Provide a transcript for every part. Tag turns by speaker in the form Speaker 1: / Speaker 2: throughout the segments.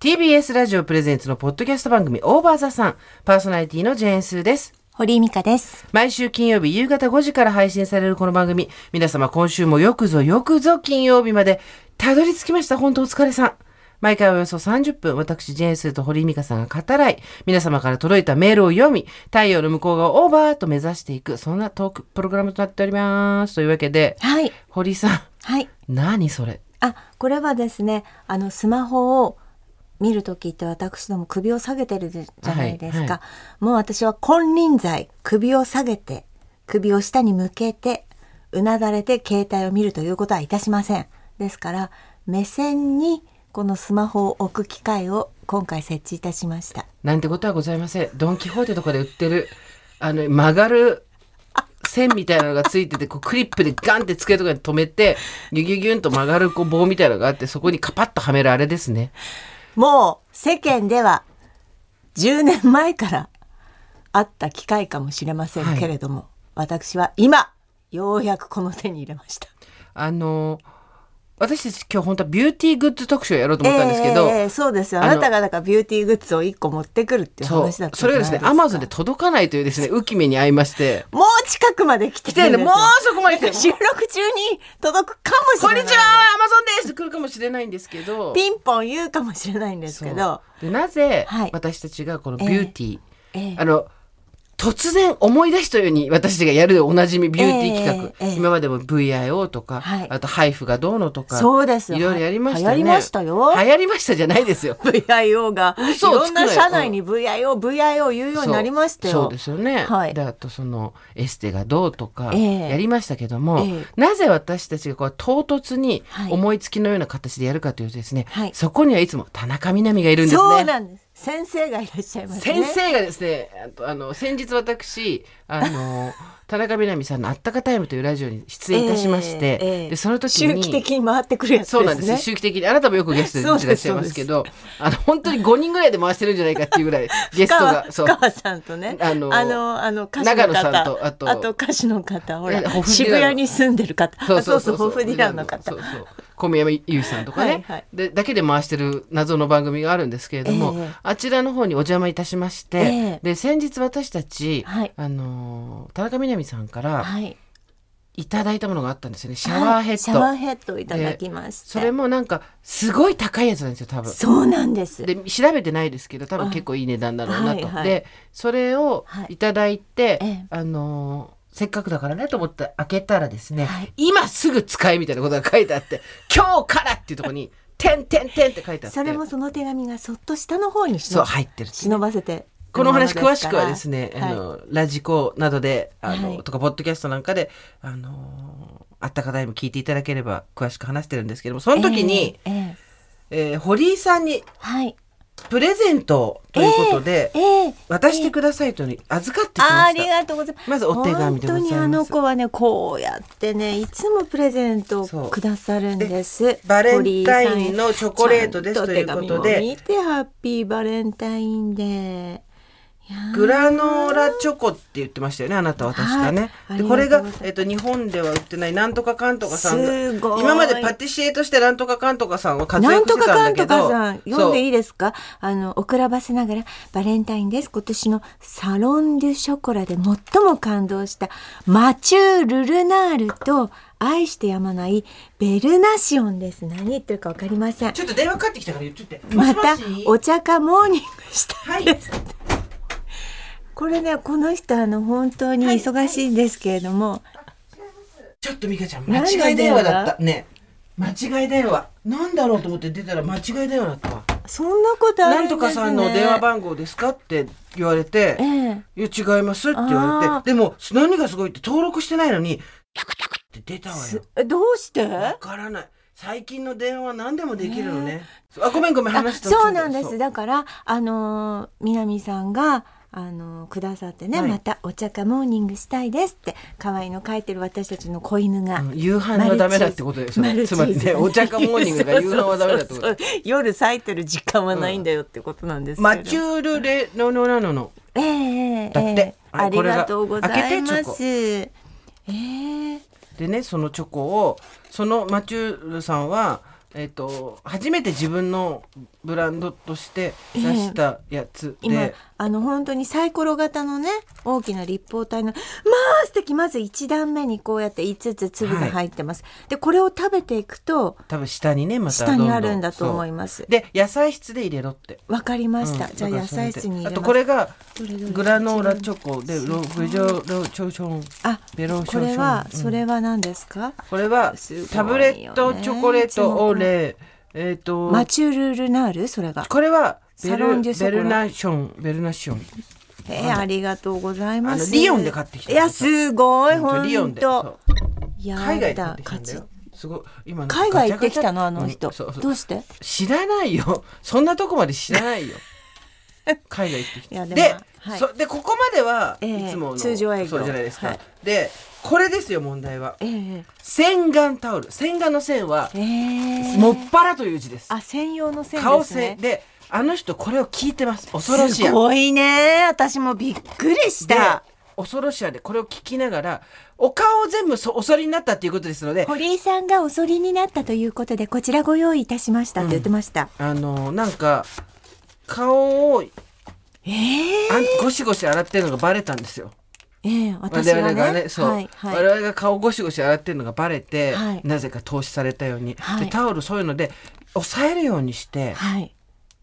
Speaker 1: TBS ラジオプレゼンツのポッドキャスト番組オーバーザさんパーソナリティのジェーンスーです
Speaker 2: 堀井美香です。
Speaker 1: 毎週金曜日夕方5時から配信されるこの番組皆様今週もよくぞよくぞ金曜日までたどり着きました本当お疲れさん毎回およそ30分、私、ジェーンスーと堀井美香さんが語らい、皆様から届いたメールを読み、太陽の向こう側をオーバーと目指していく、そんなトークプログラムとなっております。というわけで、
Speaker 2: はい。
Speaker 1: 堀井さん、
Speaker 2: はい。
Speaker 1: 何それ
Speaker 2: あ、これはですね、あの、スマホを見るときって私ども首を下げてるじゃないですか。
Speaker 1: はいは
Speaker 2: もう私は金輪際、首を下げて、首を下に向けて、うなだれて携帯を見るということはいたしません。ですから、目線にこのスマホを置く機会を今回設置いたしました。
Speaker 1: なんてことはございません。ドン・キホーテとかで売ってる、あの、曲がる線みたいなのがついてて、こうクリップでガンって机とかに止めて、ギュギュギュンと曲がるこう棒みたいなのがあって、そこにカパッとはめるあれですね。
Speaker 2: もう世間では10年前からあった機会かもしれませ
Speaker 1: は
Speaker 2: ん
Speaker 1: い
Speaker 2: けれども、私は今ようやくこの手に入れました。
Speaker 1: あの、私たち今日本当はビューティーグッズ特集をやろうと思ったんですけど、
Speaker 2: ええそうですよ。
Speaker 1: あ
Speaker 2: あ
Speaker 1: の
Speaker 2: なたがだからビューティーグッズを1個持ってくるっていう
Speaker 1: そう
Speaker 2: 話だったじ
Speaker 1: そ
Speaker 2: ゃ
Speaker 1: れ
Speaker 2: ないで
Speaker 1: がですす
Speaker 2: か
Speaker 1: ね、アマゾンで届かないというですね、浮き目に遭いまして、
Speaker 2: もう近くまで来て
Speaker 1: 来て
Speaker 2: るん
Speaker 1: ね、
Speaker 2: です
Speaker 1: も
Speaker 2: よ
Speaker 1: うそこまで来て、
Speaker 2: 収録中に届くかもし
Speaker 1: こ
Speaker 2: れ
Speaker 1: ん
Speaker 2: な
Speaker 1: に
Speaker 2: い。
Speaker 1: ちは、アマゾンですって来るかもしれないんですけど、
Speaker 2: ピンポン言うかもしれないんですけど、
Speaker 1: でなぜ
Speaker 2: はい
Speaker 1: 私たちがこのビ
Speaker 2: ええ
Speaker 1: ューティー、
Speaker 2: ええ
Speaker 1: あの突然思い出したように私たちがやるでおなじみビューティー企画、
Speaker 2: ええええ
Speaker 1: 今までも VIO とか、
Speaker 2: はい
Speaker 1: あと HIFU がどうのとか
Speaker 2: そうですよ
Speaker 1: いろいろやりましたよ
Speaker 2: 流
Speaker 1: ね
Speaker 2: 行りましたよ
Speaker 1: 流行りましたじゃないですよ
Speaker 2: VIO がい
Speaker 1: 嘘を
Speaker 2: ろ
Speaker 1: つく
Speaker 2: ん
Speaker 1: なよ
Speaker 2: な社内に VIO、VIO 言 うようになりましたよ。
Speaker 1: そうそうですよね、
Speaker 2: はい
Speaker 1: であとそのエステがどうとか
Speaker 2: ええ
Speaker 1: やりましたけども、
Speaker 2: ええ
Speaker 1: なぜ私たちがこう唐突に
Speaker 2: はい
Speaker 1: 思いつきのような形でやるかというとですね、
Speaker 2: はい
Speaker 1: そこにはいつも田中みな実がいるんですね。
Speaker 2: そうなんです。先生がいらっしゃいますね。
Speaker 1: 先生がですねあとあの先日私 あの田中みな実さんの「あったかタイム」というラジオに出演いたしまして、
Speaker 2: ええええ
Speaker 1: でその時
Speaker 2: 周
Speaker 1: に
Speaker 2: 期的に回ってくるやつですね。
Speaker 1: そうなんです、周期的にあなたもよくゲストで出てらっしゃいますけどあの本当に5人ぐらいで回してるんじゃないかっていう ぐらいゲストがそう
Speaker 2: 母さんとね、
Speaker 1: あ
Speaker 2: あ
Speaker 1: の
Speaker 2: のあの歌手の
Speaker 1: 長
Speaker 2: 方
Speaker 1: 野さんとあと
Speaker 2: 歌手の方、ほ
Speaker 1: え
Speaker 2: ら
Speaker 1: ホフディラ
Speaker 2: 渋
Speaker 1: ンの
Speaker 2: 谷に住んでる方、あそうそうホフディランの方
Speaker 1: そう、そう小宮山優さんとかね
Speaker 2: はいはい
Speaker 1: でだけで回してる謎の番組があるんですけれども、
Speaker 2: ええ
Speaker 1: あちらの方にお邪魔いたしまして、
Speaker 2: ええ
Speaker 1: で先日私たち、
Speaker 2: はい
Speaker 1: あの田中みな実さんから、
Speaker 2: はい、
Speaker 1: いただいたものがあったんですよねシャワーヘ
Speaker 2: シャ
Speaker 1: ッド、
Speaker 2: ワーヘッドをいただきまして、
Speaker 1: それもなんかすごい高いやつなんですよ多分
Speaker 2: そうなんです。
Speaker 1: で調べてないですけど多分結構いい値段だろうなと、
Speaker 2: はいはい
Speaker 1: でそれをいただいて、
Speaker 2: はいええ
Speaker 1: あのーせっかくだからねと思って開けたらですね、
Speaker 2: はい
Speaker 1: 今すぐ使えみたいなことが書いてあって「今日から」っていうところに「てんてんてん」って書いてあって
Speaker 2: それもその手紙がそっと下の方にし
Speaker 1: そう
Speaker 2: の
Speaker 1: 入ってるっていうね
Speaker 2: 忍ばせて。
Speaker 1: このお話詳しくはですね、
Speaker 2: はい
Speaker 1: あのラジコなどであの、
Speaker 2: はい
Speaker 1: とかポッドキャストなんかであのあったかタイム聞いていただければ詳しく話してるんですけどもその時に、
Speaker 2: ええええ
Speaker 1: えー堀井さんに
Speaker 2: はい、
Speaker 1: プレゼントをということで、
Speaker 2: ええ
Speaker 1: 渡してくださいというのに預かってきました。
Speaker 2: あありがとうございます。
Speaker 1: まずお手紙でございます
Speaker 2: 本当にあの子はね、こうやってね、いつもプレゼントをくださるんです。
Speaker 1: バレンタインのチョコレートですと
Speaker 2: 堀
Speaker 1: い
Speaker 2: 井
Speaker 1: う
Speaker 2: さん
Speaker 1: こ
Speaker 2: にちゃん手
Speaker 1: と
Speaker 2: 紙も
Speaker 1: で、
Speaker 2: 見て、ハッピーバレンタインデー。いやー
Speaker 1: グラノーラチョコって言ってましたよね、あなたは確かね。
Speaker 2: はい
Speaker 1: でこれ
Speaker 2: あ
Speaker 1: が
Speaker 2: りがとうございま、す
Speaker 1: えっと、日本では売ってないなんとかかんとかさんが
Speaker 2: すごい
Speaker 1: 今までパティシエとしてなんとかかんとかさんは活
Speaker 2: なん
Speaker 1: 躍
Speaker 2: と
Speaker 1: して
Speaker 2: か
Speaker 1: た
Speaker 2: か
Speaker 1: んだ
Speaker 2: ん
Speaker 1: け
Speaker 2: と
Speaker 1: ど。
Speaker 2: かさん読んでい
Speaker 1: い
Speaker 2: いですかあのおくらばせながらバレンタインです今年のサロン・デュ・ショコラで最も感動したマチュー・ルルナールと愛してやまないベルナシオンです何言ってるかわかりません
Speaker 1: ちょっと電話かかってきたから言っといて。
Speaker 2: また
Speaker 1: もしもし
Speaker 2: お茶かモーニングした
Speaker 1: は
Speaker 2: ん
Speaker 1: い
Speaker 2: です、これねこの人あの本当に忙しいんですけれども、
Speaker 1: ちょっと美香ちゃん、
Speaker 2: 何の電話
Speaker 1: 間違い電話だった。ね。間違い電話。なんだろうと思って出たら間違い電話だったわ。
Speaker 2: そんなことあ
Speaker 1: な
Speaker 2: るん
Speaker 1: ん
Speaker 2: です
Speaker 1: と
Speaker 2: ね
Speaker 1: かさんの電話番号ですかって言われて、
Speaker 2: ええ
Speaker 1: いや違いますって言わ
Speaker 2: あ
Speaker 1: れてでも何がすごいって登録してないのにって出たわよ
Speaker 2: えどうして
Speaker 1: わからない最近の電話は何でもできるのね、あごめんごめん
Speaker 2: あ
Speaker 1: 話した
Speaker 2: そうなんで
Speaker 1: そ
Speaker 2: す
Speaker 1: う
Speaker 2: だからあのー南さんがあのーくださってね、
Speaker 1: はい
Speaker 2: またお茶かモーニングしたいですって可愛いの書いてる私たちの子犬が、
Speaker 1: うん夕飯はダメだってことですよねつまりねお茶かモーニングが夕飯はダメだ ってこと
Speaker 2: と夜咲いてる実感はないんだよってことなんですけれ
Speaker 1: マ
Speaker 2: ど
Speaker 1: チュールレノノナノの
Speaker 2: ええええ
Speaker 1: だって
Speaker 2: ええ
Speaker 1: あ
Speaker 2: あ
Speaker 1: こ
Speaker 2: り
Speaker 1: れが
Speaker 2: がとうござい
Speaker 1: 開けて
Speaker 2: ま
Speaker 1: チョコ
Speaker 2: すええ
Speaker 1: でねそのチョコをそのマチュールさんはえっと、初めて自分のブランドとして出したやつで、
Speaker 2: 今あの本当にサイコロ型のね大きな立方体のまあ素敵まず1段目にこうやって5つ粒が入ってます、でこれを食べていくと
Speaker 1: 多分下にねまた
Speaker 2: 下にあるんだと思い
Speaker 1: ま
Speaker 2: ます
Speaker 1: で野菜室で入れろって
Speaker 2: わかりました、
Speaker 1: うん
Speaker 2: じゃあ
Speaker 1: だから
Speaker 2: 野
Speaker 1: それ
Speaker 2: 菜
Speaker 1: で
Speaker 2: 室に入れます
Speaker 1: あとこれが
Speaker 2: どれどれ
Speaker 1: グラノーラチョコでログジョロチョション
Speaker 2: あ
Speaker 1: ベロショシ
Speaker 2: こ
Speaker 1: ョン
Speaker 2: れは、
Speaker 1: うん
Speaker 2: それは何ですか
Speaker 1: これは
Speaker 2: すごいよね
Speaker 1: タブレットチョコレートオーレえっ、と
Speaker 2: マチュールルナールそれが
Speaker 1: これはベ
Speaker 2: サロ
Speaker 1: ル
Speaker 2: ンデュショ
Speaker 1: ベ
Speaker 2: コラ
Speaker 1: ルナションベルナション
Speaker 2: えーありがとうございま
Speaker 1: あ
Speaker 2: す
Speaker 1: のリヨンで買ってきた
Speaker 2: いやすごい
Speaker 1: ほ
Speaker 2: 本当
Speaker 1: んとリヨンでそう
Speaker 2: やだ
Speaker 1: 海外で買ってきたんだよすごい今なんか
Speaker 2: 海外行ってきたのあ
Speaker 1: ガチ
Speaker 2: の
Speaker 1: ャガチャ
Speaker 2: 人、
Speaker 1: うんそうそう
Speaker 2: どうして
Speaker 1: 知らないよ そんなとこまで知ら ないよ海外行ってき
Speaker 2: いや
Speaker 1: て
Speaker 2: で
Speaker 1: で,、
Speaker 2: もはい
Speaker 1: そでここまでは
Speaker 2: ええ
Speaker 1: いつもの、
Speaker 2: 通常営業
Speaker 1: そうじゃないですか、
Speaker 2: はい
Speaker 1: でこれですよ問題は
Speaker 2: ええ
Speaker 1: 洗顔タオル洗顔の線は
Speaker 2: ええ
Speaker 1: もっぱらという字です
Speaker 2: あ専用の線ですね
Speaker 1: 顔線であの人これを聞いてます恐ろしい
Speaker 2: すごいね私もびっくりし
Speaker 1: で
Speaker 2: た
Speaker 1: 恐ろしやでこれを聞きながらお顔を全部そおそりになったっていうことですので
Speaker 2: 堀井さんがおそりになったということでこちらご用意いたしましたって言ってました、
Speaker 1: あのなんか顔を
Speaker 2: ええ
Speaker 1: あゴシゴシ洗ってるのがバレたんですよ
Speaker 2: ええ私
Speaker 1: 我
Speaker 2: が
Speaker 1: 々
Speaker 2: ね
Speaker 1: がね、そう、
Speaker 2: はいはい、
Speaker 1: 我々が顔ゴシゴシ洗ってるのがバレて、
Speaker 2: はい
Speaker 1: なぜか投資されたように、
Speaker 2: はい
Speaker 1: でタオルそういうので抑えるようにして
Speaker 2: はい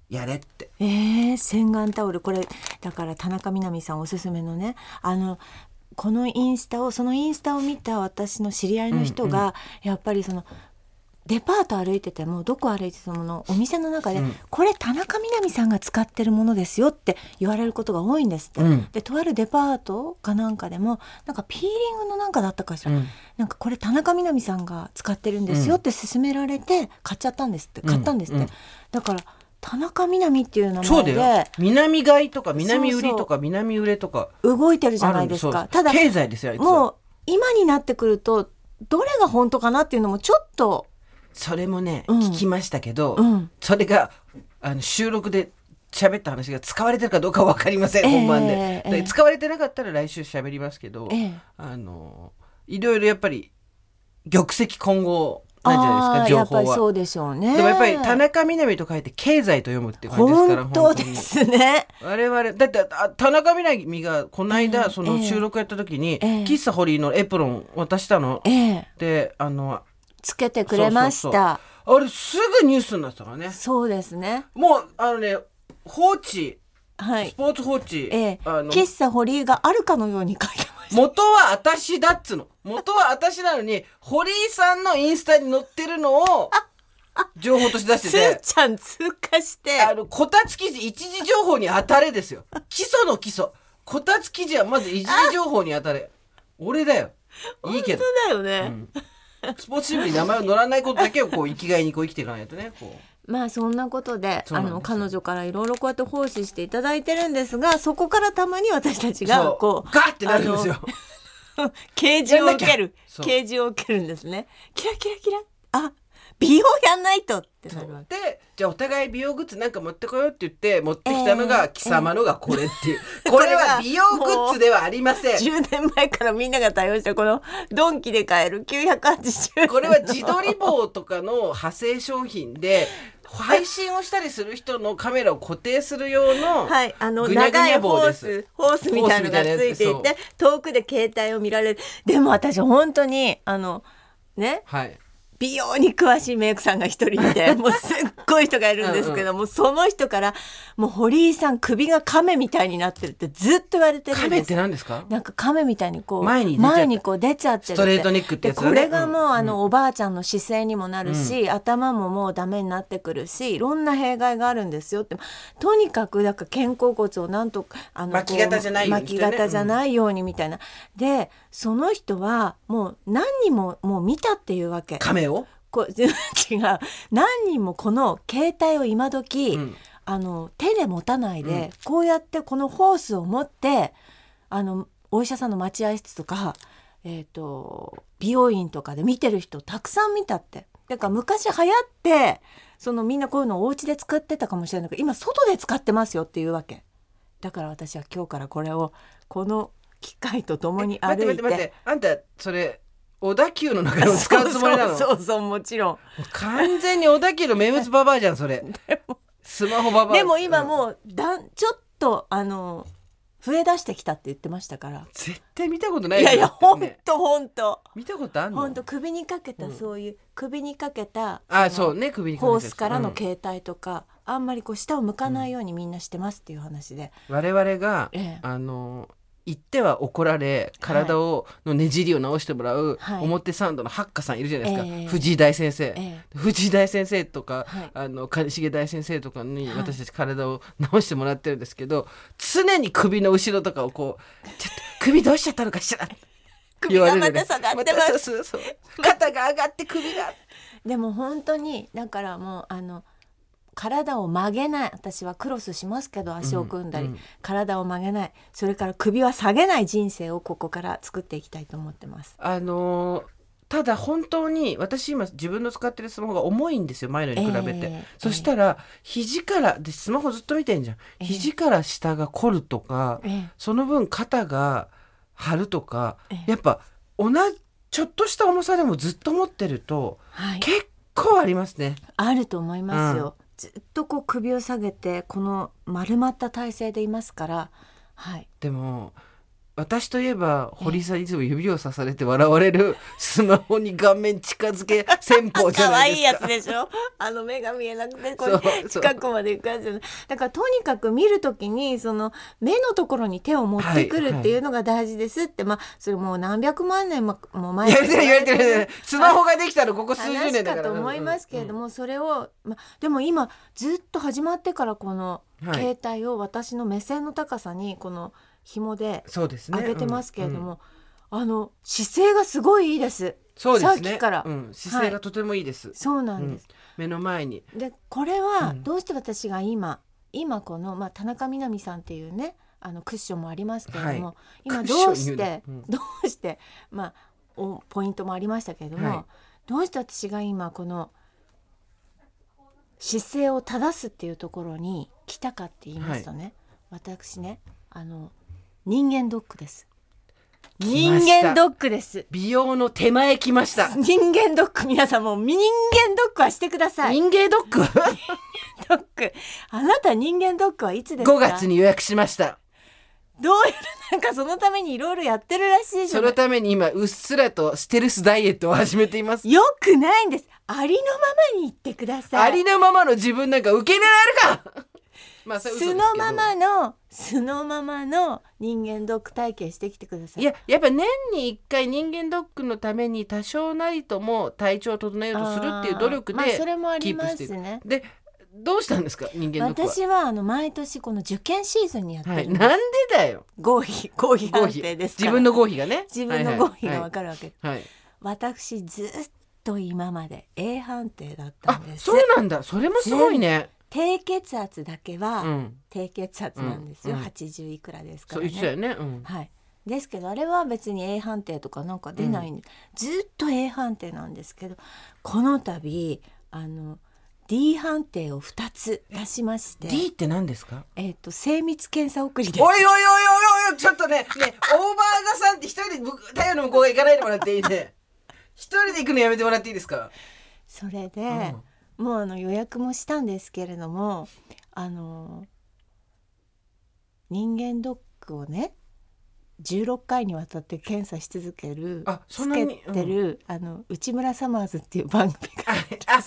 Speaker 1: やれって、
Speaker 2: えー、洗顔タオルこれだから田中みな実さんおすすめのねあのこのインスタをそのインスタを見た私の知り合いの人が、やっぱりそのデパート歩いててもどこ歩いててものお店の中で、
Speaker 1: うん
Speaker 2: これ田中みな実さんが使ってるものですよって言われることが多いんですって、
Speaker 1: うん
Speaker 2: でとあるデパートかなんかでもなんかピーリングのなんかだったかしら、
Speaker 1: うん
Speaker 2: なんかこれ田中みな実さんが使ってるんですよって勧められて買っちゃったんですって
Speaker 1: ん
Speaker 2: 買ったんですって、
Speaker 1: うん
Speaker 2: だから田中みな実っていう名
Speaker 1: そう
Speaker 2: 前
Speaker 1: だよ
Speaker 2: で
Speaker 1: 南買いとか南売りとか南売れとか
Speaker 2: 動いてるじゃ
Speaker 1: あ
Speaker 2: な
Speaker 1: る
Speaker 2: い
Speaker 1: んで
Speaker 2: です
Speaker 1: そう
Speaker 2: か
Speaker 1: そう
Speaker 2: ただ
Speaker 1: 経済ですよあいつは
Speaker 2: もう今になってくるとどれが本当かなっていうのもちょっと
Speaker 1: それもね、
Speaker 2: うん
Speaker 1: 聞きましたけど、
Speaker 2: うん
Speaker 1: それがあの収録で喋った話が使われてるかどうかわかりません、
Speaker 2: ええ
Speaker 1: 本番で,
Speaker 2: え
Speaker 1: で、
Speaker 2: え
Speaker 1: 使われてなかったら来週喋りますけど、
Speaker 2: ええ
Speaker 1: あのいろいろやっぱり玉石混合
Speaker 2: あ
Speaker 1: なんじゃないです
Speaker 2: あー
Speaker 1: か情
Speaker 2: やっぱり
Speaker 1: 報
Speaker 2: そ
Speaker 1: は。
Speaker 2: うでしょうね
Speaker 1: でもやっぱり田中みな実と書いて経済と読むっていう感じですから
Speaker 2: 本当で
Speaker 1: に
Speaker 2: すね
Speaker 1: 我々だってあ田中みな実がこの
Speaker 2: え
Speaker 1: 間
Speaker 2: え
Speaker 1: そ
Speaker 2: え
Speaker 1: の
Speaker 2: え
Speaker 1: 収録やった時に、
Speaker 2: ええ
Speaker 1: 喫茶堀のエプロン渡したの、
Speaker 2: ええ
Speaker 1: であの
Speaker 2: つけてくれました
Speaker 1: そ
Speaker 2: そうう
Speaker 1: そうそうあれすぐニュースになってたからね
Speaker 2: ですね
Speaker 1: もうあのね放置
Speaker 2: は
Speaker 1: ス
Speaker 2: い
Speaker 1: ポーツ放置、
Speaker 2: ええ
Speaker 1: あの
Speaker 2: 喫茶堀井があるかのように書いてました
Speaker 1: 元は私だっつうの元は私なのに堀井さんのインスタに載ってるの を情報として出し
Speaker 2: すー
Speaker 1: てて
Speaker 2: ちゃん通過して
Speaker 1: あのこたつ記事一時情報に当たれですよ基礎の基礎こたつ記事はまず一時情報に当たれ俺だよいいけど
Speaker 2: 本当だよね、
Speaker 1: スポーツ新聞に名前を載らないことだけをこう生きがいにこう生きていかないとねこう。
Speaker 2: まあそんなことで
Speaker 1: そう
Speaker 2: あ
Speaker 1: なんですよ
Speaker 2: の彼女からいろいろこうやって奉仕していただいてるんですがそこからたまに私たちが
Speaker 1: そう
Speaker 2: こう
Speaker 1: ガッてなるんですよ。
Speaker 2: あの啓示を受け
Speaker 1: やんな
Speaker 2: る
Speaker 1: きゃそう
Speaker 2: 啓示を受けるんですねキラキラキラあ美容やんないとってなるわけ
Speaker 1: でじゃあお互い美容グッズなんか持ってこようって言って持ってきたの
Speaker 2: え
Speaker 1: が
Speaker 2: ー
Speaker 1: 貴様のがこれっていう、 これは美容グッズではありません
Speaker 2: 10年前からみんなが対応したこのドンキで買える980円
Speaker 1: これは自撮り棒とかの派生商品で配信をしたりする人のカメラを固定する用の
Speaker 2: はい、あの
Speaker 1: ぐにゃぐ
Speaker 2: 長
Speaker 1: に
Speaker 2: い
Speaker 1: ゃ
Speaker 2: ホ
Speaker 1: 棒
Speaker 2: ー
Speaker 1: です
Speaker 2: スホースみたいのがついて
Speaker 1: ホ
Speaker 2: い
Speaker 1: ースみたいなや
Speaker 2: て遠くで携帯を見られるでも私本当にあのね
Speaker 1: はい
Speaker 2: 美容に詳しいメイクさんが一人い てもうすっごい人がいるんですけどもうその人から「もう堀井さん首が亀みたいになってる」ってずっと言われてる
Speaker 1: カ
Speaker 2: ん
Speaker 1: メ
Speaker 2: で
Speaker 1: っ
Speaker 2: す
Speaker 1: て何ですか
Speaker 2: なんか亀みたいにこう
Speaker 1: 前に出ちゃって
Speaker 2: こう出ちゃってるって
Speaker 1: ストレートネックってやつだね
Speaker 2: でこれがもう、
Speaker 1: うん
Speaker 2: あのおばあちゃんの姿勢にもなるし、頭ももうダメになってくるしいろんな弊害があるんですよってとにかくだから肩甲骨をなんとかあの
Speaker 1: 巻き型じゃないように
Speaker 2: 巻き型じゃないようにみたいな、でその人はもう何人ももう見たっていうわけ
Speaker 1: カメを
Speaker 2: こ違う何人もこの携帯を今時、
Speaker 1: うん
Speaker 2: あの手で持たないで、こうやってこのホースを持ってあのお医者さんの待合室とか、えー、と美容院とかで見てる人たくさん見たってだから昔流行ってそのみんなこういうのをお家で使ってたかもしれないけど今外で使ってますよっていうわけだから私は今日からこれをこの機械とともに
Speaker 1: 待
Speaker 2: 歩
Speaker 1: って待っ
Speaker 2: い
Speaker 1: て待っててあんたそれ小田急の中でも使うつもりな の
Speaker 2: そうそうそうそうもちろん
Speaker 1: 完全に小田急の名物ババアじゃんそれスマホババア
Speaker 2: でも今
Speaker 1: うん
Speaker 2: もうだんちょっとあの増え出してきたって言ってましたから
Speaker 1: 絶対見たことない
Speaker 2: い
Speaker 1: よ
Speaker 2: やいやほん
Speaker 1: ね
Speaker 2: とほんと
Speaker 1: 見たことあんの
Speaker 2: ほんと首にかけたそういう首にかけた
Speaker 1: あ
Speaker 2: の
Speaker 1: そうね首にかけて
Speaker 2: ホー
Speaker 1: る
Speaker 2: スからの携帯とか、あんまりこう下を向かないようにみんなしてますっていう話で、
Speaker 1: 我々が、
Speaker 2: ええ
Speaker 1: あの言っては怒られ体を、のねじりを直してもらう、
Speaker 2: はい
Speaker 1: 表参道のハッカさんいるじゃないですか、
Speaker 2: ええ
Speaker 1: 藤井大先生、
Speaker 2: え
Speaker 1: 藤井大先生とか、
Speaker 2: はい
Speaker 1: あの兼重大先生とかに
Speaker 2: はい
Speaker 1: 私たち体を直してもらってるんですけど、常に首の後ろとかをこう「ちょっと首どうしちゃったのかしら」
Speaker 2: 首
Speaker 1: 言わ
Speaker 2: が
Speaker 1: れる
Speaker 2: ま
Speaker 1: よね
Speaker 2: た下がってます、
Speaker 1: たそうそう肩が上がって首が
Speaker 2: でも本当にだからもうあの体を曲げない私はクロスしますけど足を組んだり、
Speaker 1: うんうん
Speaker 2: 体を曲げないそれから首は下げない人生をここから作っていきたいと思ってます。
Speaker 1: あのーただ本当に私今自分の使ってるスマホが重いんですよ前のに比べて、
Speaker 2: ええ
Speaker 1: そしたら肘からでスマホずっと見てんじゃん、
Speaker 2: え
Speaker 1: 肘から下が凝るとか、
Speaker 2: ええ
Speaker 1: その分肩が張るとか、
Speaker 2: え
Speaker 1: やっぱ同じちょっとした重さでもずっと持ってると
Speaker 2: はい、
Speaker 1: 結構ありますね
Speaker 2: あると思いますよ、ずっとこう首を下げてこの丸まった体勢でいますから、はい、
Speaker 1: でも私といえば堀井さんいつも指をさされて笑われるスマホに顔面近づけ戦法じゃないですか。
Speaker 2: でしょあの目が見えなくてこ
Speaker 1: そう
Speaker 2: れ
Speaker 1: そう
Speaker 2: 近くまで行くやつじゃないだからとにかく見るときにその目のところに手を持ってくるっていうのが大事ですって、まあそれもう何百万年ももう前
Speaker 1: や
Speaker 2: か
Speaker 1: れ
Speaker 2: ら
Speaker 1: てるやれてるやれてるスマホができたのここ数十
Speaker 2: 話
Speaker 1: 年だか
Speaker 2: からと思いますけれど
Speaker 1: も、
Speaker 2: も、それを、ま、でも今ずっと始まってからこの
Speaker 1: はい
Speaker 2: 携帯を私の目線の高さにこの紐で
Speaker 1: そうですね
Speaker 2: 上げてますけれど
Speaker 1: うんうん
Speaker 2: も、あの姿勢がすごいいいです。
Speaker 1: そうですね
Speaker 2: さっきから、
Speaker 1: うん、姿勢がとてもいいです、
Speaker 2: そうなんです。
Speaker 1: 目の前に
Speaker 2: でこれは
Speaker 1: うん
Speaker 2: どうして私が今、今この、まあ、田中みな実さんっていうねあのクッションもありますけれども、
Speaker 1: は
Speaker 2: 今
Speaker 1: クッション
Speaker 2: どうし
Speaker 1: 言う
Speaker 2: て
Speaker 1: ね、うん
Speaker 2: どうしてまあおポイントもありましたけれども、
Speaker 1: はい
Speaker 2: どうして私が今この姿勢を正すっていうところに来たかって言いますとね、私ねあの人間ドックです。人
Speaker 1: ました
Speaker 2: 間ドックです。
Speaker 1: 美容の手前来ました
Speaker 2: 人間ドック皆さんも人間ドックはしてください。
Speaker 1: 人間ドック
Speaker 2: ドック。あなた人間ドックはいつですか
Speaker 1: 5月に予約しました
Speaker 2: どうやらなんかそのためにいろいろやってるらしいじゃ
Speaker 1: そ
Speaker 2: な
Speaker 1: の
Speaker 2: い
Speaker 1: ために今うっすらとステルスダイエットを始めています
Speaker 2: よくないんです。ありのままに言ってくださ
Speaker 1: あ
Speaker 2: い。
Speaker 1: りのままの自分なんか受け入れられるかまあそれ嘘で
Speaker 2: 素
Speaker 1: すけど
Speaker 2: のままの、素のままの人間ドック体験してきてください。
Speaker 1: いややっぱ年に1回人間ドックのために多少なりとも体調を整えようとするっていう努力で、
Speaker 2: あーまあ、それもあり
Speaker 1: キープ
Speaker 2: ま
Speaker 1: していく
Speaker 2: すね。
Speaker 1: でどうしたんですか人間ドックは。
Speaker 2: 私はあの毎年この受験シーズンにやって
Speaker 1: は
Speaker 2: る
Speaker 1: い、
Speaker 2: んです、
Speaker 1: なんでだよ
Speaker 2: 合 否合否
Speaker 1: 合
Speaker 2: 判
Speaker 1: 否
Speaker 2: 定ですから
Speaker 1: 自分の合否がね
Speaker 2: 自分の合否がわ
Speaker 1: か
Speaker 2: かるわけ、
Speaker 1: る、はいはい
Speaker 2: 私ずっと今まで A 判定だった
Speaker 1: あ
Speaker 2: んです
Speaker 1: そうなんだそれもすごいね
Speaker 2: 低血圧だけは、
Speaker 1: うん
Speaker 2: 低血圧なんですよ、
Speaker 1: うんうん
Speaker 2: 80いくらですか
Speaker 1: そう
Speaker 2: らね
Speaker 1: 言ってたよね、うん、
Speaker 2: はいですけどあれは別に A 判定とかなんか出ないんで、ずっと A 判定なんですけどこの度あの D 判定を2つ出しまして
Speaker 1: D って何ですか
Speaker 2: えっと精密検査送りです
Speaker 1: おいおいおいおいおいちょっとねねオーバーザさんって一人でぶ太陽の向こうが行かないでもらっていいね一人で行くのやめてもらっていいですか
Speaker 2: それで、もうあの予約もしたんですけれどもあの人間ドックをね16回にわたって検査し続ける
Speaker 1: あそん
Speaker 2: つ
Speaker 1: な
Speaker 2: け
Speaker 1: に
Speaker 2: てる、あの内村サマーズっていう番組が
Speaker 1: ああ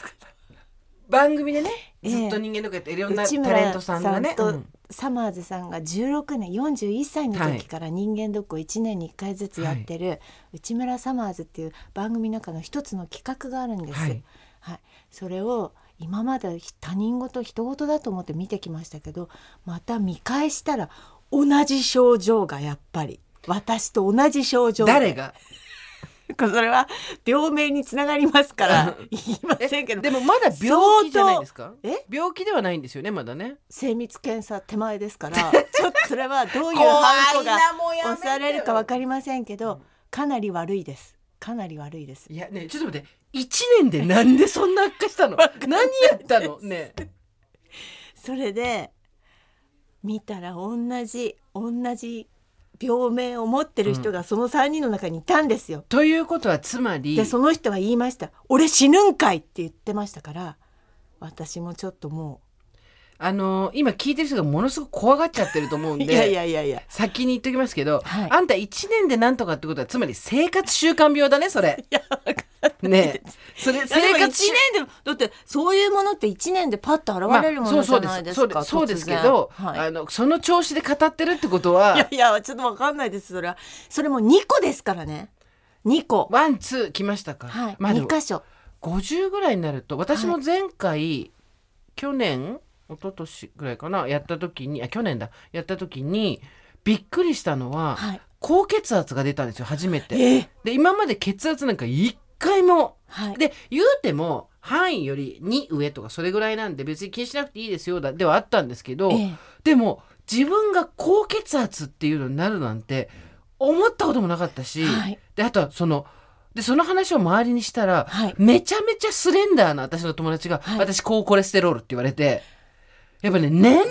Speaker 1: 番組でね
Speaker 2: ええ
Speaker 1: ずっと人間とかやっていろんな
Speaker 2: 内
Speaker 1: タ
Speaker 2: 村
Speaker 1: レントさんがね、う
Speaker 2: と
Speaker 1: ん
Speaker 2: サマーズさんが16年41歳の時から人間ドックを1年に1回ずつやってる内村サマーズっていう番組の中の一つの企画があるんです。は
Speaker 1: はいい
Speaker 2: それを今まで他人事人事だと思って見てきましたけどまた見返したら同じ症状がやっぱり私と同じ症状
Speaker 1: 誰が
Speaker 2: これは病名につながりますから言いませんけど
Speaker 1: でもまだ病気じゃないですか
Speaker 2: え
Speaker 1: 病気ではないんですよねまだね
Speaker 2: 精密検査手前ですから ちょっとそれはどういうハンコが
Speaker 1: もう
Speaker 2: 押されるかわ
Speaker 1: る
Speaker 2: かりませんけどかなり悪いですかなり悪いです
Speaker 1: いやねちょっと待って一年でなんでそんな悪化したの何やったのね
Speaker 2: それで見たら同じ同じ病名を持ってる人がその3人の中にいたんですよ。
Speaker 1: ということはつまり
Speaker 2: でその人は言いました「俺死ぬんかい!」って言ってましたから私もちょっとも
Speaker 1: あのー今聞いてる人がものすごく怖がっちゃってると思う
Speaker 2: うんい
Speaker 1: で
Speaker 2: やいやいやいや
Speaker 1: 先に言っときますけど、
Speaker 2: はい
Speaker 1: あんた1年でなんとかってことはつまり生活習慣病だねそれ。
Speaker 2: いやわかん ない
Speaker 1: ねえそれ生
Speaker 2: 生活
Speaker 1: 活
Speaker 2: 一
Speaker 1: 習
Speaker 2: 年でもだってそういうものって一年でパッと
Speaker 1: ま
Speaker 2: 現
Speaker 1: あ
Speaker 2: れるも
Speaker 1: そ
Speaker 2: の
Speaker 1: う
Speaker 2: じ
Speaker 1: そ
Speaker 2: ゃ
Speaker 1: うで
Speaker 2: ないですすか、
Speaker 1: そうですそうですけど、
Speaker 2: 突然はい
Speaker 1: あのその調子で語ってるってことはい
Speaker 2: やいやちょっとわかんないですそれはそれも2個ですからね2個
Speaker 1: ワンツー来ましたか、
Speaker 2: はい、
Speaker 1: まあでも
Speaker 2: 2箇所
Speaker 1: 50ぐらいになると私も前回、去年一昨年ぐらいかなやった時にあ去年だやった時にびっくりしたのは、
Speaker 2: はい
Speaker 1: 高血圧が出たんですよ初めて。
Speaker 2: ええ
Speaker 1: で今まで血圧なんか一回も、
Speaker 2: はい
Speaker 1: で言うても範囲より2上とかそれぐらいなんで別に気にしなくていいですよだではあったんですけど、
Speaker 2: ええ
Speaker 1: でも自分が高血圧っていうのになるなんて思ったこともなかったし、
Speaker 2: はい
Speaker 1: であとはそのでその話を周りにしたら、
Speaker 2: はい
Speaker 1: めちゃめちゃスレンダーな私の友達が、
Speaker 2: はい
Speaker 1: 私高コレステロールって言われてやっぱね年齢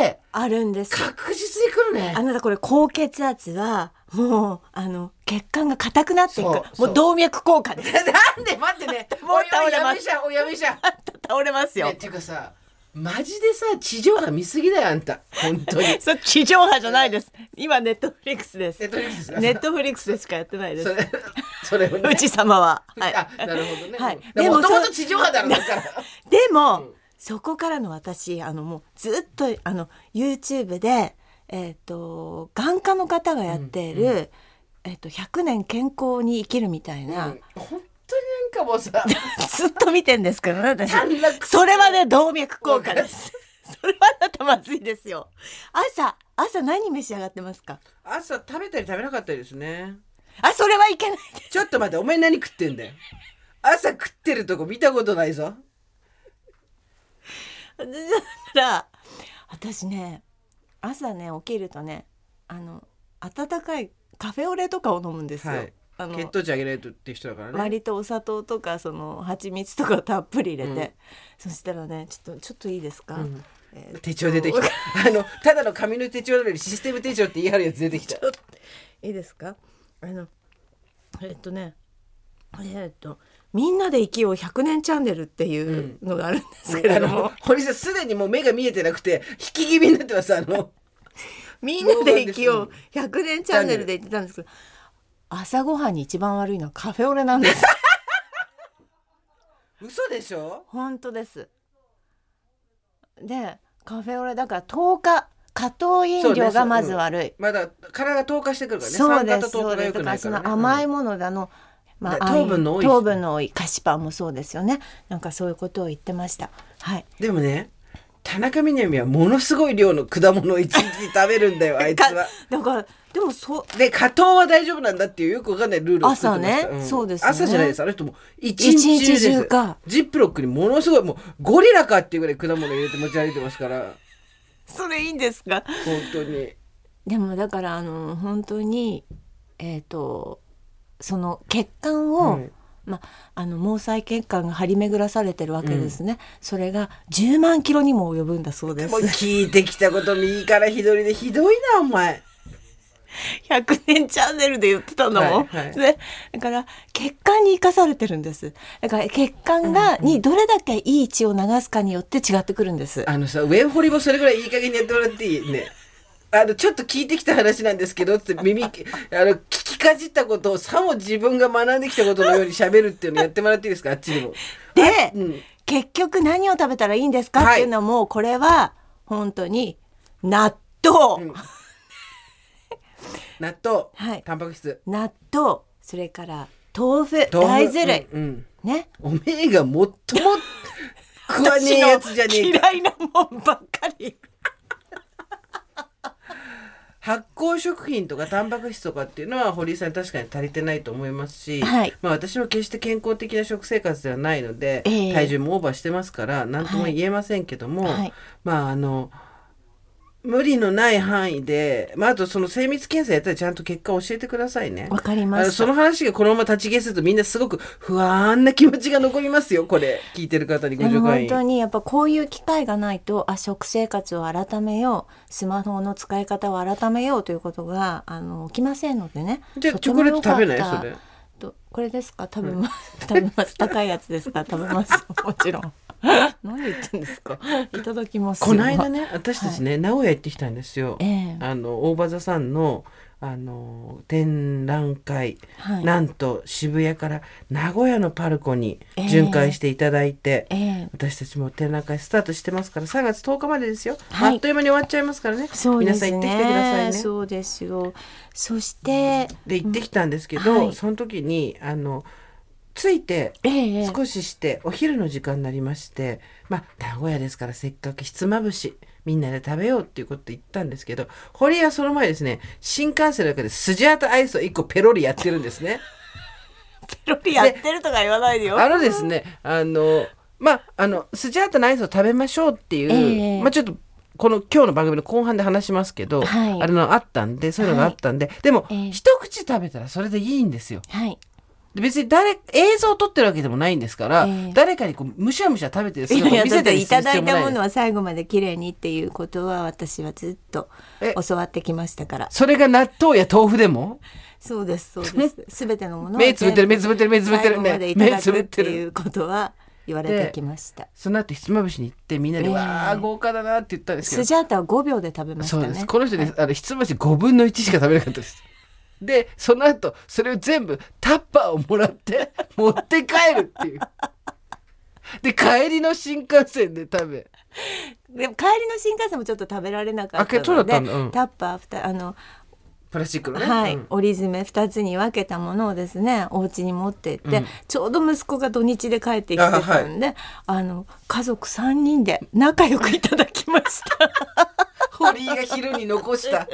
Speaker 1: で
Speaker 2: あるんです
Speaker 1: 確実に来るね
Speaker 2: あなたこれ高血圧はもうあの血管が硬くなっていく
Speaker 1: そうそう
Speaker 2: もう動脈硬化です
Speaker 1: なんで待ってね
Speaker 2: もう倒
Speaker 1: おいおい
Speaker 2: れ
Speaker 1: や
Speaker 2: ます
Speaker 1: めちゃおいやめちゃ
Speaker 2: 倒れますよ、
Speaker 1: ね、っていうかさマジでさ地上波見すぎだよあんた本当 に
Speaker 2: それ地上波じゃないです今ネットフリックスです
Speaker 1: ネットフリックスですか
Speaker 2: ネットフリックスでしかやってないです
Speaker 1: それそれを ね
Speaker 2: うち様は、はい、
Speaker 1: あなるほどね、
Speaker 2: はい
Speaker 1: で
Speaker 2: でも
Speaker 1: もと
Speaker 2: そ
Speaker 1: もと地上波だろだから
Speaker 2: でも、そこからの私あのもうずっとあの YouTube で、えっと眼科の方がやっている、えっと100年健康に生きるみたいな、
Speaker 1: うん本当になんかもうさ
Speaker 2: ずっと見てんですけどね私
Speaker 1: 短絡
Speaker 2: それはね動脈硬化です それはあなたまずいですよ朝朝何召し上がってますか
Speaker 1: 朝食べたり食べなかったりですね
Speaker 2: あそれはいけないです
Speaker 1: ちょっと待ってお前何食ってんだよ朝食ってるとこ見たことないぞ
Speaker 2: だから私ね朝ね起きるとねあの温かいカフェオレとかを飲むんですよ、
Speaker 1: はい
Speaker 2: あの
Speaker 1: 血糖値上げないとって人だからね
Speaker 2: 割とお砂糖とかその蜂蜜とかをたっぷり入れて、
Speaker 1: うん
Speaker 2: そしたらねちょっとちょっといいですか、
Speaker 1: ん
Speaker 2: えー
Speaker 1: 手帳出てきたあのただの紙の手帳よりシステム手帳って言い張るやつ出てきた
Speaker 2: いいですかあのえっとねえっと「みんなで生きよう100年チャンネル」っていうのがあるんですけ
Speaker 1: あ
Speaker 2: れども、
Speaker 1: の堀さんすでにもう目が見えてなくて引き気味になってますあの
Speaker 2: みんなで生きよう100年チャンネルで言ってたんですけど朝ごはんに一番悪いのはカフェオレなんです
Speaker 1: 嘘でしょ
Speaker 2: 本当ですでカフェオレだから10日加糖飲料がまず悪い、
Speaker 1: まだ体糖化してくるからね
Speaker 2: そうで
Speaker 1: 酸化
Speaker 2: す
Speaker 1: と糖
Speaker 2: そう
Speaker 1: 化が
Speaker 2: ですだか
Speaker 1: 良くな
Speaker 2: ら
Speaker 1: いか
Speaker 2: そ
Speaker 1: ら、ね、
Speaker 2: の甘い
Speaker 1: うん
Speaker 2: ものだの、まあ、
Speaker 1: だ糖分の多い
Speaker 2: ああう糖分の多い菓子パンもそうですよねなんかそういうことを言ってましたはい
Speaker 1: でもね田中みな実はものすごい量の果物を一日食べるんだよあいつ
Speaker 2: か
Speaker 1: は。
Speaker 2: だからでもそう
Speaker 1: で果糖は大丈夫なんだっていうよくわかんないルールを作ってました
Speaker 2: 朝ねそうですよね
Speaker 1: 朝じゃないですあの人も一
Speaker 2: 一
Speaker 1: 日中で
Speaker 2: 日
Speaker 1: す
Speaker 2: 中か
Speaker 1: ジップロックにものすごいもうゴリラかっていうぐらい果物入れて持ち歩いてますから
Speaker 2: それいいんですか
Speaker 1: 本当に
Speaker 2: でもだからあの本当にえっ、とその血管を、
Speaker 1: はい
Speaker 2: まあ、あの毛細血管が張り巡らされてるわけですね、それが10万キロにも及ぶんだそうです
Speaker 1: もう聞いてきたこと右から左でひどいなお前
Speaker 2: 100年チャンネルで言ってたのもん、
Speaker 1: はいはい
Speaker 2: でだから血管に生かされてるんですだから血管が、にどれだけいい血を流すかによって違ってくるんです
Speaker 1: あのさ上堀もそれぐらいいい加減にやってもらっていいねあのちょっと聞いてきた話なんですけどって 耳あの聞きかじったことをさも自分が学んできたことのように喋るっていうのやってもらっていいですかあっちでも
Speaker 2: で、
Speaker 1: ん
Speaker 2: 結局何を食べたらいいんですか
Speaker 1: はい
Speaker 2: っていうのはもうこれは本当に納豆、
Speaker 1: うん納豆、
Speaker 2: はい
Speaker 1: タンパク質
Speaker 2: 納豆それから豆腐
Speaker 1: 豆腐
Speaker 2: 大豆類、
Speaker 1: うんうん
Speaker 2: ね
Speaker 1: おめえが最も 食わねえやつじゃねえか
Speaker 2: 嫌いなもんばっかり
Speaker 1: 発酵食品とかタンパク質とかっていうのは堀井さん確かに足りてないと思いますし、
Speaker 2: はい
Speaker 1: まあ、私も決して健康的な食生活ではないので、
Speaker 2: ええ
Speaker 1: 体重もオーバーしてますから何とも言えませんけども、
Speaker 2: はいはい
Speaker 1: まああの無理のない範囲で、まあ、あとその精密検査やったらちゃんと結果教えてくださいね。
Speaker 2: わかりました
Speaker 1: あのその話がこのまま立ち消するとみんなすごく不安な気持ちが残りますよ、これ。聞いてる方にご
Speaker 2: でも
Speaker 1: 紹介
Speaker 2: 本当にやっぱこういう機会がないとあ食生活を改めようスマホの使い方を改めようということがあの起きませんのでね
Speaker 1: じゃあ
Speaker 2: とても良かった
Speaker 1: チョコレート食べないそれ
Speaker 2: とこれですか食べます、 食べます高いやつですから食べます もちろん何言ってんですかいただきます
Speaker 1: この間ね、私たちね、名古屋行ってきたんですよ。
Speaker 2: ええ
Speaker 1: あの、大場座さんの、あの、展覧会。
Speaker 2: はい
Speaker 1: なんと渋谷から名古屋のパルコに
Speaker 2: ええ
Speaker 1: 巡回していただいて、
Speaker 2: ええ
Speaker 1: 私たちも展覧会スタートしてますから3月10日までですよ、
Speaker 2: はい
Speaker 1: あっという間に終わっちゃいますからね
Speaker 2: そうで
Speaker 1: 皆
Speaker 2: す
Speaker 1: さ
Speaker 2: ね
Speaker 1: ん行ってきてくださいね。
Speaker 2: そうですよそして、
Speaker 1: で行ってきたんですけど、
Speaker 2: はい
Speaker 1: その時にあの着いて
Speaker 2: ええ
Speaker 1: 少ししてお昼の時間になりまして、まあ名古屋ですからせっかくひつまぶしみんなで食べようっていうこと言ったんですけど堀江はその前ですね新幹線の中で筋ジアイスを1個ペロリやってるんで すね。
Speaker 2: ペロリやってるとか言わないでよ
Speaker 1: あのですね、あの、まあ、あの、スジャータのアイスを食べましょうっていう、
Speaker 2: ええ
Speaker 1: まあ、ちょっと、この今日の番組の後半で話しますけど、
Speaker 2: はい
Speaker 1: あれのあったんで、そういうのがあったんで、でも、
Speaker 2: ええ
Speaker 1: 一口食べたらそれでいいんですよ。
Speaker 2: はい
Speaker 1: で別に誰、映像を撮ってるわけでもないんですから、
Speaker 2: ええ
Speaker 1: 誰かにこう、むしゃむしゃ食べてる
Speaker 2: いやい
Speaker 1: 姿を
Speaker 2: や
Speaker 1: 見
Speaker 2: だっ
Speaker 1: せた
Speaker 2: て
Speaker 1: り
Speaker 2: い
Speaker 1: する
Speaker 2: ただ
Speaker 1: 必要
Speaker 2: い
Speaker 1: もない
Speaker 2: たものは最後まで綺麗にっていうことは私はずっと
Speaker 1: え
Speaker 2: 教わってきましたから
Speaker 1: それが納豆や豆腐でも
Speaker 2: そうですそうです すべてのものは
Speaker 1: 目つぶってる目つぶってる目つぶってる
Speaker 2: 最後までいた
Speaker 1: ね
Speaker 2: だ
Speaker 1: 目つぶ
Speaker 2: く
Speaker 1: っ
Speaker 2: ってて
Speaker 1: る
Speaker 2: いうことは言われてきました
Speaker 1: その後ひつまぶしに行ってみんなで、
Speaker 2: ええ
Speaker 1: わあ豪華だなって言ったんですけど
Speaker 2: スジャータは5秒で食べまし
Speaker 1: そ
Speaker 2: た
Speaker 1: うです。
Speaker 2: ね
Speaker 1: この人ね、あの、ひつまぶし5分の1しか食べなかったです。で、その後、それを全部タッパーをもら って、持って帰るっていう。で、帰りの新幹線で食べ。
Speaker 2: でも帰りの新幹線もちょっと食べられなかっ
Speaker 1: あけそうだ
Speaker 2: たので
Speaker 1: ったんだうん
Speaker 2: タッパーふたあの
Speaker 1: プラスチックのね。
Speaker 2: はい、
Speaker 1: うん
Speaker 2: 折り詰め2つに分けたものをですねお家に持ってって、
Speaker 1: うん
Speaker 2: ちょうど息子が土日で帰ってきてたんであ、の家族3人で仲良くいただきました
Speaker 1: 堀井が昼に残した。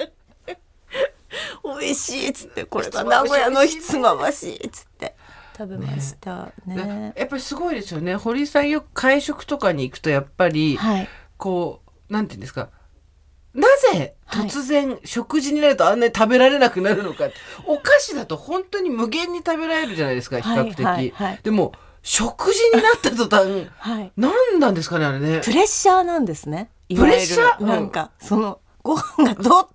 Speaker 2: 美味しいっつってこれが名古屋のひつまぶしいっつって食べましたね
Speaker 1: やっぱりすごいですよね。堀井さんよく会食とかに行くと、やっぱり、
Speaker 2: はい
Speaker 1: こう、なんて言うんですか。なぜ突然食事になるとあんなに食べられなくなるのか、お菓子だと本当に無限に食べられるじゃないですか比
Speaker 2: はい
Speaker 1: 較的、
Speaker 2: はいはい
Speaker 1: でも食事になった途端
Speaker 2: はい
Speaker 1: 何なんですかねあ れね
Speaker 2: プレッシャーなんですねいわゆる
Speaker 1: プレッシャーうん
Speaker 2: なんかそのご飯がど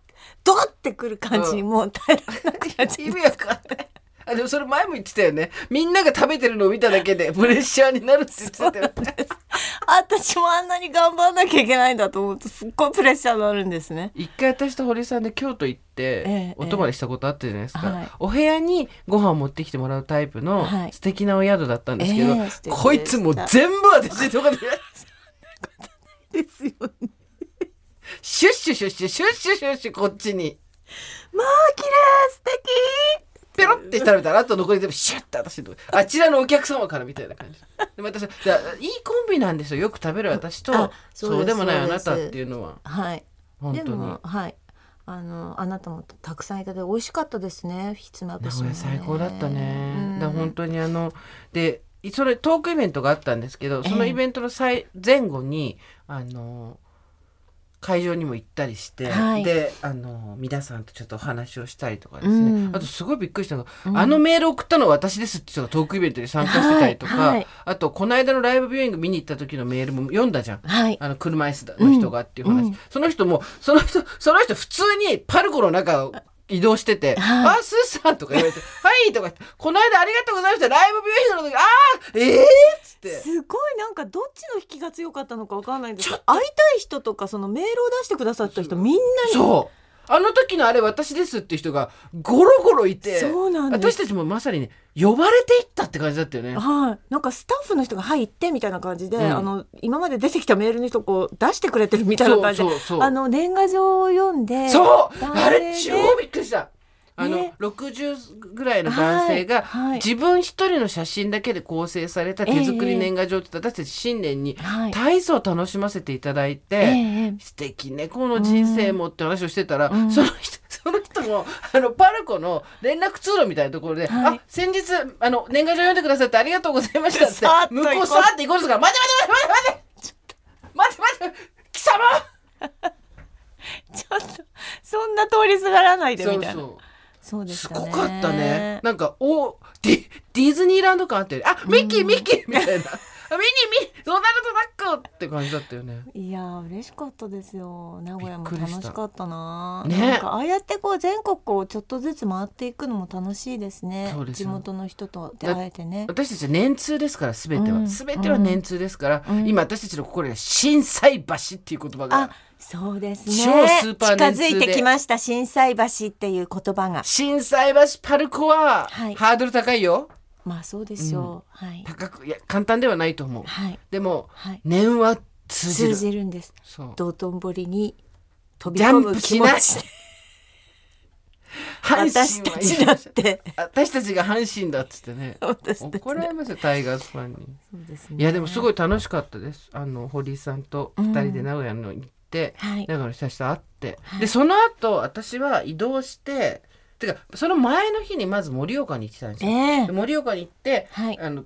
Speaker 2: どってくる感じにもう耐えられなくなっちゃ
Speaker 1: 意
Speaker 2: う
Speaker 1: 味わかんないあでもそれ前も言ってたよねみんなが食べてるのを見ただけでプレッシャーになるって言ってたよね
Speaker 2: 私もあんなに頑張んなきゃいけないんだと思うとすっごいプレッシャーになるんですね。
Speaker 1: 一回私と堀井さんで京都行って、
Speaker 2: ええ
Speaker 1: お泊まりしたことあったじゃないですか、
Speaker 2: ええはい
Speaker 1: お部屋にご飯を持ってきてもらうタイプの
Speaker 2: はい
Speaker 1: 素敵なお宿だったんですけど、
Speaker 2: ええ素敵でした
Speaker 1: こいつもう全部私とかで
Speaker 2: ですよね。
Speaker 1: シュッシュシュッシュシュッシュシュッシュこっちに
Speaker 2: まあ綺麗素敵
Speaker 1: ペロって食べたらあと残り全部シュッて私のとこあちらのお客様からみたいな感じでまたさだいいコンビなんですよよく食べる私と
Speaker 2: あ
Speaker 1: そ
Speaker 2: そううです
Speaker 1: でもないあ
Speaker 2: そう
Speaker 1: な
Speaker 2: です
Speaker 1: たっていうのは
Speaker 2: はい。
Speaker 1: 本
Speaker 2: で
Speaker 1: 当に
Speaker 2: もはい。あのあなたもたくさんいただいて美味しかったですね。ひつまぶ
Speaker 1: 名
Speaker 2: しも
Speaker 1: 古
Speaker 2: ね、
Speaker 1: 屋最高だったね、
Speaker 2: うん
Speaker 1: だから本当にあのでそれトークイベントがあったんですけどその
Speaker 2: ええ
Speaker 1: イベントの最前後にあの会場にも行ったりして、
Speaker 2: はい
Speaker 1: であの皆さんとちょっとお話をしたりとかですね、
Speaker 2: うん
Speaker 1: あとすごいびっくりしたのが、
Speaker 2: うん
Speaker 1: あのメール送ったの私ですって人がトークイベントに参加してたりとか、
Speaker 2: はいはい
Speaker 1: あとこの間のライブビューイング見に行った時のメールも読んだじゃん。
Speaker 2: はい。
Speaker 1: あの車椅子の人がっていう話、
Speaker 2: うんうん
Speaker 1: その人もその人その人普通にパルコの中を移動してて「
Speaker 2: はい
Speaker 1: あスーさん」とか 言われて「はい」とか言って「この間ありがとうございましたライブビューイングの時ああええー!」っつって
Speaker 2: すごいなんかどっちの引きが強かったのかわかんないんです
Speaker 1: ち
Speaker 2: け
Speaker 1: ょ
Speaker 2: ど会いたい人とかそのメールを出してくださった人みんなに
Speaker 1: そうあの時のあれ私ですっていう人がゴロゴロいて
Speaker 2: そうなんです
Speaker 1: 私たちもまさにね呼ばれていったって感じだったよね。
Speaker 2: はい、なんかスタッフの人が「はい行って」みたいな感じで、
Speaker 1: うん
Speaker 2: あの今まで出てきたメールの人こう出してくれてるみたいな感じで
Speaker 1: そうそうそう
Speaker 2: あの年賀状を読んで
Speaker 1: そう
Speaker 2: 男性
Speaker 1: あれ
Speaker 2: で
Speaker 1: 超びっくりしたあの、
Speaker 2: ね
Speaker 1: 60ぐらいの男性が
Speaker 2: はいはい
Speaker 1: 自分一人の写真だけで構成された手作り年賀状って言ったら私たち新年に
Speaker 2: はい
Speaker 1: 大層楽しませていただいて、
Speaker 2: えええ
Speaker 1: 素敵ねこの人生もって話をしてたら、
Speaker 2: うん
Speaker 1: その人 その人もあのパルコの連絡通路みたいなところで「
Speaker 2: はい
Speaker 1: あ先日あの年賀状読んでくださってありがとうございました」
Speaker 2: さー
Speaker 1: っ
Speaker 2: ってと
Speaker 1: 向
Speaker 2: 行こう
Speaker 1: こうさーって行こうですから「待て待て待て待て待て待て待て待て貴様
Speaker 2: えちょっとそんな通りすがらないで
Speaker 1: そ
Speaker 2: み
Speaker 1: う
Speaker 2: たいな。
Speaker 1: そ
Speaker 2: そう
Speaker 1: う
Speaker 2: ですしたね。
Speaker 1: ごかったねなんかおディディズニーランド感あってあミッキーミッキーみたいなあミニミニドナルドダックって感じだったよね
Speaker 2: いやー嬉しかったですよ名古屋も
Speaker 1: びっく
Speaker 2: 楽
Speaker 1: りした
Speaker 2: しかったな
Speaker 1: ね
Speaker 2: なんかああやってこう全国をちょっとずつ回っていくのも楽しいですね
Speaker 1: そうです
Speaker 2: 地
Speaker 1: よ
Speaker 2: 元の人と出会えてね
Speaker 1: 私たちは年通ですから全ては、
Speaker 2: うん
Speaker 1: 全ては年通ですから、
Speaker 2: うん
Speaker 1: 今私たちの心には震災橋っていう言葉
Speaker 2: あ
Speaker 1: が
Speaker 2: そうですね
Speaker 1: 超スーパー
Speaker 2: 近
Speaker 1: 年通で
Speaker 2: づいてきました震災橋っていう言葉が
Speaker 1: 震災橋パルコは
Speaker 2: はい
Speaker 1: ハードル高いよ、
Speaker 2: まあそうでしょう、はい
Speaker 1: 高くいや簡単ではないと思う
Speaker 2: はい
Speaker 1: でも
Speaker 2: はい
Speaker 1: 念は通じ
Speaker 2: 通
Speaker 1: る
Speaker 2: じるんです
Speaker 1: そう
Speaker 2: 道頓堀に飛び
Speaker 1: ジ
Speaker 2: 込
Speaker 1: ャン
Speaker 2: む
Speaker 1: プ
Speaker 2: 気
Speaker 1: し
Speaker 2: 持
Speaker 1: ない
Speaker 2: ちで
Speaker 1: 阪神
Speaker 2: 私
Speaker 1: は
Speaker 2: たちだって
Speaker 1: 私たちが阪神だっつってね
Speaker 2: 私たち
Speaker 1: 怒られますよタイガースファンに
Speaker 2: そうですね
Speaker 1: いやでもすごい楽しかったですあの堀井さんと2人で名古屋の行って、
Speaker 2: はい
Speaker 1: 長野久志と会って、でその後私は移動しててかその前の日にまず盛岡に行ってたんです
Speaker 2: え
Speaker 1: よ、
Speaker 2: え
Speaker 1: で盛岡に行って、
Speaker 2: はい
Speaker 1: あの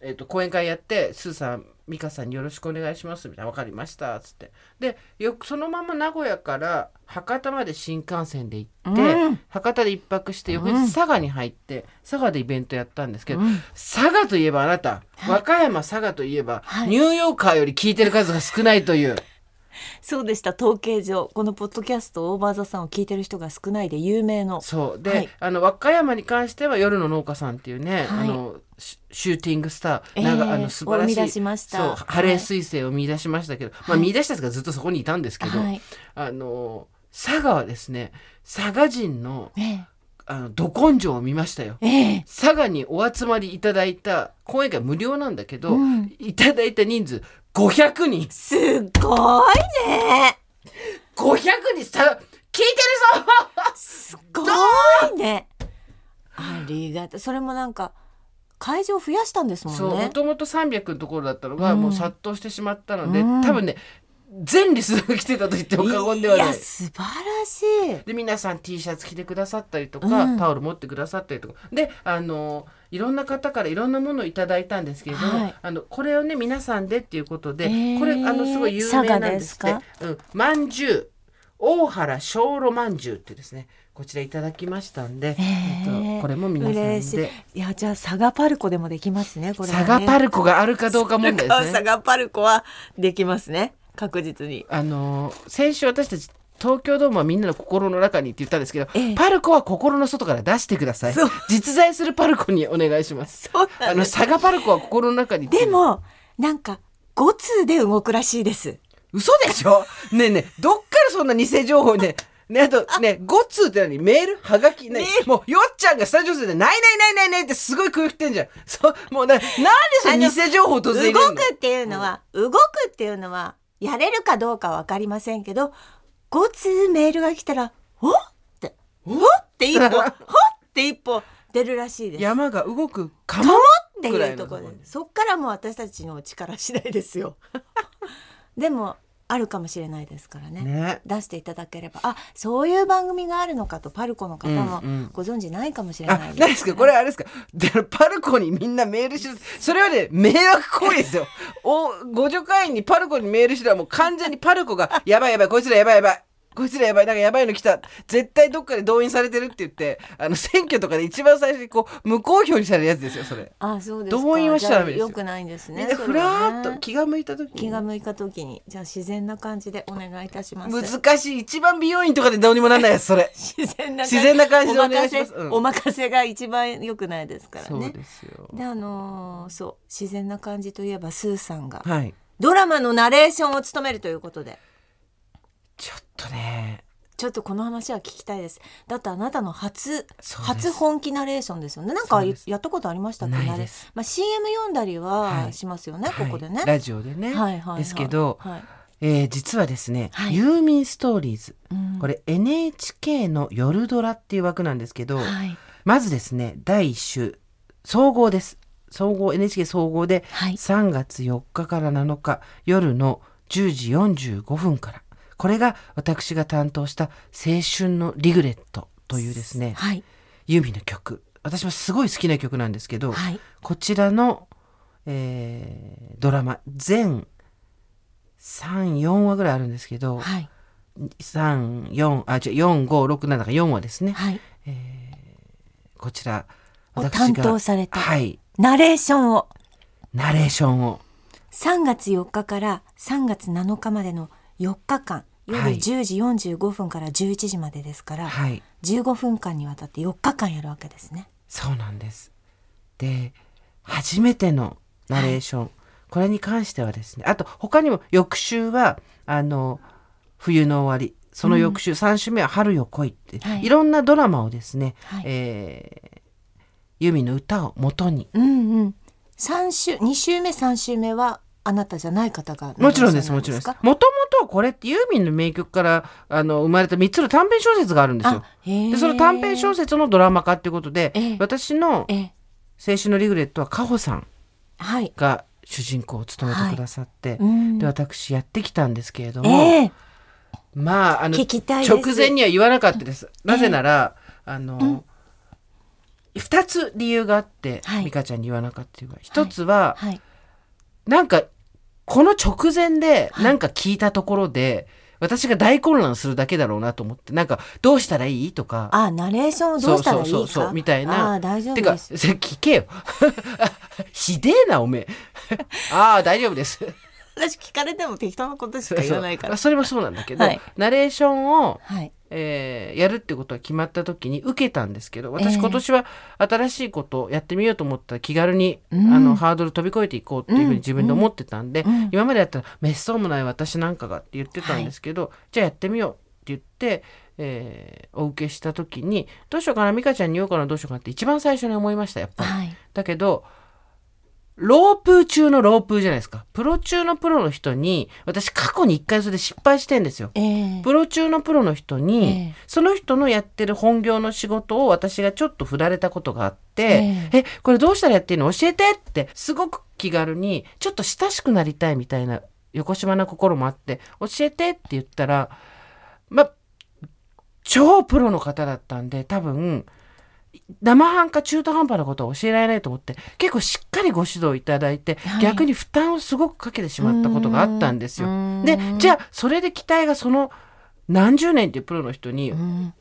Speaker 1: えっと講演会やってスーさん美香さんによろしくお願いしますみたいな分かりましたっつってでよくそのまま名古屋から博多まで新幹線で行って、
Speaker 2: うん
Speaker 1: 博多で一泊して翌日佐賀に入って、佐賀でイベントやったんですけど、
Speaker 2: うん
Speaker 1: 佐賀といえばあなた、和歌山佐賀といえば、
Speaker 2: はい
Speaker 1: ニューヨーカーより聞いてる数が少ないという
Speaker 2: そうでした統計上このポッドキャストオーバーザさんを聞いてる人が少ないで有名の
Speaker 1: そうで、
Speaker 2: はい
Speaker 1: あの和歌山に関しては夜の農家さんっていうね、
Speaker 2: はい
Speaker 1: あのシシューティングスター、
Speaker 2: ええ
Speaker 1: なんかあの素晴らしい
Speaker 2: を生み出しました
Speaker 1: そうハレー彗星を見出しましたけど、まあ、見出したやつがずっとそこにいたんですけど、
Speaker 2: はい
Speaker 1: あの佐賀はですね佐賀人の
Speaker 2: え
Speaker 1: あのど根性を見ましたよ。
Speaker 2: えええ
Speaker 1: 佐賀にお集まりいただいた講演会無料なんだけど、
Speaker 2: うん
Speaker 1: いただいた人数500人
Speaker 2: すごいね
Speaker 1: 500人さ聞いてるぞ
Speaker 2: すごいねありがたいそれもなんか会場増やしたんですもんね
Speaker 1: そうもともと300のところだったのが、
Speaker 2: うん
Speaker 1: もう殺到してしまったので、
Speaker 2: うん
Speaker 1: 多分ね全リスナーが来てたと言っても過言ではない
Speaker 2: や素晴らしい
Speaker 1: で皆さん T シャツ着てくださったりとか、
Speaker 2: うん
Speaker 1: タオル持ってくださったりとかであのいろんな方からいろんなものをいただいたんですけれども、
Speaker 2: はい
Speaker 1: あのこれをね皆さんでっていうことで、
Speaker 2: えー
Speaker 1: これあのすごい有名なんですって
Speaker 2: 佐賀で
Speaker 1: うん、まんじゅう大原小炉まんじゅうってですねこちらいただきましたんで、
Speaker 2: え
Speaker 1: えっ
Speaker 2: ー
Speaker 1: と、これも皆さん
Speaker 2: 嬉し
Speaker 1: で。
Speaker 2: いいやじゃあ佐賀パルコでもできますねこれはね
Speaker 1: サガパルコがあるかどうか 問題です
Speaker 2: 佐
Speaker 1: ね。
Speaker 2: 賀パルコはできますね確実に
Speaker 1: あのー先週私たち東京ドームはみんなの心の中にって言ったんですけど、
Speaker 2: ええ
Speaker 1: パルコは心の外から出してください
Speaker 2: そう。
Speaker 1: 実在するパルコにお願いします。
Speaker 2: そうな
Speaker 1: あ
Speaker 2: んで
Speaker 1: の
Speaker 2: す
Speaker 1: サガパルコは心の中にってい
Speaker 2: で
Speaker 1: う
Speaker 2: もなんか5通で動くらしいです
Speaker 1: 嘘でしょねえねえどっからそんな偽情報ねねあとね5通って何メールはがき何
Speaker 2: メ
Speaker 1: もうよっちゃんがスタジオで「ないないないないない」ってすごい空気振ってんじゃんそうもうななんでその偽情報突然入れ
Speaker 2: 動
Speaker 1: んの
Speaker 2: くっていうのは、動くっていうのはやれるかどうかわかりませんけど5通メールが来たら「おっ!」って「おっ!」って 一歩「おっ!」って一歩出るらしいです。
Speaker 1: 山が動くか
Speaker 2: かも
Speaker 1: も
Speaker 2: っていうところ
Speaker 1: ぐらいのところ
Speaker 2: で
Speaker 1: に
Speaker 2: そっからもう私たちの力次第ですよ。 でもあるかもしれないですからね。
Speaker 1: ね
Speaker 2: 出していただければあそういう番組があるのかとパルコの方も
Speaker 1: うんうん
Speaker 2: ご存知ないかもしれ
Speaker 1: あ、
Speaker 2: ない
Speaker 1: 何ですかこれあれですか でパルコにみんなメールしてるそれはね迷惑行為ですよおご助会員にパルコにメールしたらもう完全にパルコが「やばいやばいこいつらやばいやばい」こいつらやばいなんかやばいの来た絶対どっかで動員されてるって言ってあの選挙とかで一番最初にこう無公表にされるやつですよそれ、
Speaker 2: あそうですか
Speaker 1: 動員はしちゃダメですよ
Speaker 2: よくないんですね
Speaker 1: みんな
Speaker 2: そ
Speaker 1: ふ
Speaker 2: れは
Speaker 1: ら
Speaker 2: ね
Speaker 1: ーっと気が向いた時に
Speaker 2: 気が向いた時にじゃあ自然な感じでお願いいたします
Speaker 1: 難しい一番美容院とかでどうにもなんないやつそれ
Speaker 2: 自然な
Speaker 1: 自然な感じでお願いします
Speaker 2: お任せ,、
Speaker 1: うん
Speaker 2: お任せが一番良くないですから
Speaker 1: そう
Speaker 2: ね
Speaker 1: ですよ
Speaker 2: であのーそう自然な感じといえばスーさんが
Speaker 1: はい
Speaker 2: ドラマのナレーションを務めるということで
Speaker 1: ちょっとね
Speaker 2: ちょっとこの話は聞きたいですだってあなたの初
Speaker 1: そうです
Speaker 2: 初本気ナレーションですよねなんか
Speaker 1: そうです
Speaker 2: やったことありましたっけ
Speaker 1: ないです
Speaker 2: ナレまあ CM 読んだり
Speaker 1: は
Speaker 2: はいしますよね、ここでね
Speaker 1: はいラジオでね、
Speaker 2: はいはいはい
Speaker 1: ですけど、
Speaker 2: はい
Speaker 1: えー実はですね、
Speaker 2: はい
Speaker 1: ユーミンストーリーズ、
Speaker 2: うん
Speaker 1: これ NHK の夜ドラっていう枠なんですけど、
Speaker 2: はい
Speaker 1: まずですね、第1週、総合です。総合、NHK 総合で、
Speaker 2: はい
Speaker 1: 3月4日から7日、夜の10時45分から、これが私が担当した青春のリグレットというですね、
Speaker 2: はい
Speaker 1: ユーミンの曲、私もすごい好きな曲なんですけど、
Speaker 2: はい
Speaker 1: こちらの、えードラマ全34話ぐらいあるんですけど、
Speaker 2: はい
Speaker 1: 三四あ、じゃ四五六七が四話ですね。
Speaker 2: はい。
Speaker 1: こちら、
Speaker 2: を
Speaker 1: 私
Speaker 2: 担
Speaker 1: が
Speaker 2: 当された
Speaker 1: はい。
Speaker 2: ナレーションを
Speaker 1: ナレーションを。
Speaker 2: 3月4日から3月7日までの4日間夜
Speaker 1: はい
Speaker 2: 10時45分から11時までですから、
Speaker 1: はい。
Speaker 2: 15分間にわたって4日間やるわけですね。
Speaker 1: そうなんです。で、初めてのナレーション。これに関してはですね、あと他にも翌週は、あの、冬の終わり。その翌週、三週目は春よ来いって、
Speaker 2: はい
Speaker 1: い、ろんなドラマをですね、
Speaker 2: はい
Speaker 1: えーユミの歌を元に、
Speaker 2: うんうん、三週2週目3週目はあなたじゃない方が
Speaker 1: もちろんです、もちろんです。も
Speaker 2: か
Speaker 1: ともとこれってユーミンの名曲からあの生まれた3つの短編小説があるんですよ
Speaker 2: あ。へえ
Speaker 1: で、その短編小説のドラマ化っていうことで
Speaker 2: ええ、
Speaker 1: 私の
Speaker 2: ええ
Speaker 1: 青春のリグレットはカホさん
Speaker 2: はい、
Speaker 1: が主人公を務めてくださって、
Speaker 2: うん
Speaker 1: で、私やってきたんですけれど
Speaker 2: え
Speaker 1: も、
Speaker 2: え
Speaker 1: まあ、あの、
Speaker 2: 聞きたいです
Speaker 1: 直前には言わなかったです。なぜなら、あの、二つ理由があって、
Speaker 2: はい
Speaker 1: 美香ちゃんに言わなかった理由が。一つは、
Speaker 2: はい
Speaker 1: なんか、この直前で、
Speaker 2: はい
Speaker 1: なんか聞いたところで、私が大混乱するだけだろうなと思って、なんか、どうしたらいいとか。
Speaker 2: あナレーションをどうしたらいいか
Speaker 1: そうそうそうそうみたいな
Speaker 2: あ大丈
Speaker 1: て
Speaker 2: 夫
Speaker 1: か、
Speaker 2: で
Speaker 1: そ
Speaker 2: す
Speaker 1: れ聞けよ。 ひでえな、おめえ。 ああ、大丈夫です。
Speaker 2: 私聞かれても適当なことしか言わないから
Speaker 1: そうそれもそうなんだけど、
Speaker 2: はい
Speaker 1: ナレーションを、
Speaker 2: はい
Speaker 1: えーやるってことが決まった時に受けたんですけど
Speaker 2: え
Speaker 1: 私
Speaker 2: え
Speaker 1: 今年は新しいことをやってみようと思ったら気軽に、
Speaker 2: うん
Speaker 1: あのハードル飛び越えていこうっていうふうに自分で思ってたんで、
Speaker 2: うんうん
Speaker 1: 今までだったらめっそうもない私なんかがって言ってたんですけど、じゃあやってみようって言って、えーお受けした時にどうしようかな美香ちゃんに言おうかなどうしようかなって一番最初に思いましたやっぱり。
Speaker 2: はい
Speaker 1: だけどロープ中のロープじゃないですかプロ中のプロの人に私過去に一回それで失敗してんですよ。
Speaker 2: ええ
Speaker 1: プロ中のプロの人に、
Speaker 2: ええ
Speaker 1: その人のやってる本業の仕事を私がちょっと振られたことがあって「えこれどうしたらやっていいの教えて」ってすごく気軽にちょっと親しくなりたいみたいな横島な心もあって「教えて」って言ったらまあ超プロの方だったんで多分生半可中途半端なことは教えられないと思って結構しっかりご指導いただいて、
Speaker 2: はい
Speaker 1: 逆に負担をすごくかけてしまったことがあったんですよ
Speaker 2: う。ん
Speaker 1: でじゃあそれで期待がその何十年っていうプロの人に
Speaker 2: うん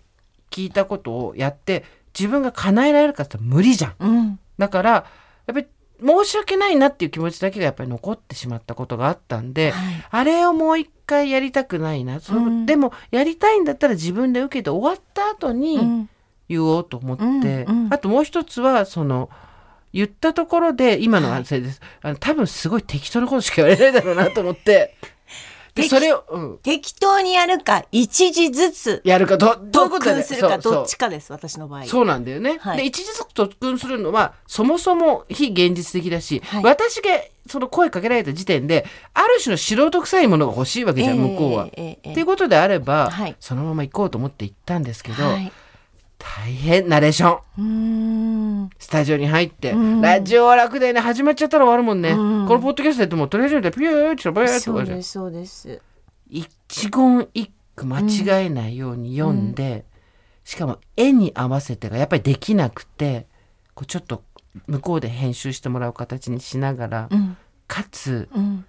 Speaker 1: 聞いたことをやって自分が叶えられるかって言ったら無理じゃん。
Speaker 2: うん
Speaker 1: だからやっぱり申し訳ないなっていう気持ちだけがやっぱり残ってしまったことがあったんで、
Speaker 2: はい
Speaker 1: あれをもう一回やりたくないな、そう
Speaker 2: うん
Speaker 1: でもやりたいんだったら自分で受けて終わった後に、
Speaker 2: うん
Speaker 1: 言おうと思って、
Speaker 2: うんうん
Speaker 1: あともう一つはその言ったところで今の
Speaker 2: はい
Speaker 1: 反省です、あの多分すごい適当なことしか言われないだろうなと思ってで
Speaker 2: 適
Speaker 1: それを、うん、
Speaker 2: 適当にやるか一時ずつ
Speaker 1: やるかどどういう
Speaker 2: 特
Speaker 1: ことだ
Speaker 2: 訓
Speaker 1: ね
Speaker 2: するか
Speaker 1: そう
Speaker 2: どっちかです私の場合
Speaker 1: そうそうなんだよね、
Speaker 2: はい
Speaker 1: で一時速特訓するのはそもそも非現実的だし、
Speaker 2: はい
Speaker 1: 私がその声かけられた時点である種の素人臭いものが欲しいわけじゃん、
Speaker 2: ええ
Speaker 1: 向こうは。
Speaker 2: ええええ
Speaker 1: っていうことであれば、
Speaker 2: はい
Speaker 1: そのまま行こうと思って行ったんですけど、
Speaker 2: はい
Speaker 1: 大変ナレーション。
Speaker 2: うーん
Speaker 1: スタジオに入って、
Speaker 2: うん
Speaker 1: ラジオは楽だよね始まっちゃったら終わるもんね、
Speaker 2: うん
Speaker 1: このポッドキャストやってもうとりあえずピューってバーって終
Speaker 2: そ
Speaker 1: わ
Speaker 2: う
Speaker 1: るじゃん
Speaker 2: ですそうです
Speaker 1: 一言一句間違えないように読んで、しかも絵に合わせてがやっぱりできなくてこうちょっと向こうで編集してもらう形にしながら、
Speaker 2: うん
Speaker 1: かつ
Speaker 2: うん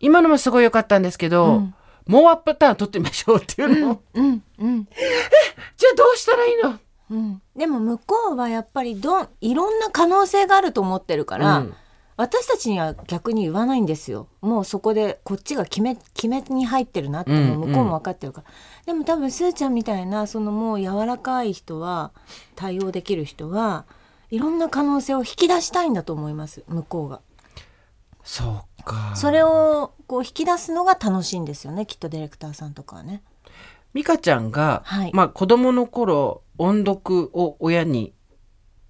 Speaker 1: 今のもすごい良かったんですけど、
Speaker 2: うん
Speaker 1: もうワンパターン取ってみましょうっていうのを、
Speaker 2: うんうん
Speaker 1: じゃあどうしたらいいの
Speaker 2: うんでも向こうはやっぱりどんいろんな可能性があると思ってるから、
Speaker 1: うん
Speaker 2: 私たちには逆に言わないんですよもうそこでこっちが決め決めに入ってるなってもう向こうも分かってるから、でも多分すーちゃんみたいなそのもう柔らかい人は対応できる人はいろんな可能性を引き出したいんだと思います向こうが。
Speaker 1: そうか
Speaker 2: それをこう引き出すのが楽しいんですよねきっとディレクターさんとかはね。
Speaker 1: 美香ちゃんが、
Speaker 2: はい
Speaker 1: まあ、子供の頃音読を親に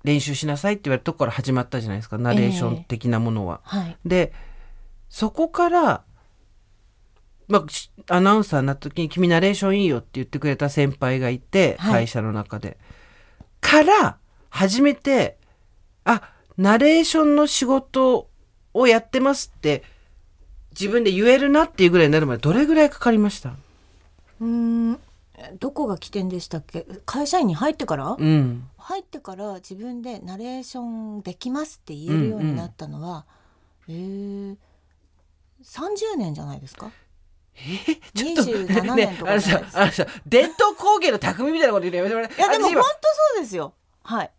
Speaker 1: 練習しなさいって言われたとこから始まったじゃないですかナレーション的なものは。
Speaker 2: はい、
Speaker 1: でそこから、まあ、しアナウンサーになった時に「君ナレーションいいよ」って言ってくれた先輩がいて、
Speaker 2: はい
Speaker 1: 会社の中で。から初めてあナレーションの仕事をやってますって自分で言えるなっていうぐらいになるまでどれぐらいかかりました
Speaker 2: うーんどこが起点でしたっけ会社員に入ってから、
Speaker 1: うん
Speaker 2: 入ってから自分でナレーションできますって言えるようになったのは、えー30年じゃないですか
Speaker 1: ちょっと
Speaker 2: 27
Speaker 1: ね
Speaker 2: 年と
Speaker 1: あ
Speaker 2: か
Speaker 1: の
Speaker 2: じゃないですか
Speaker 1: さあのさ伝統工芸の匠みたいなこと言うのやめてもらえ
Speaker 2: いやでも
Speaker 1: 私
Speaker 2: 本
Speaker 1: 今
Speaker 2: 当そうですよはい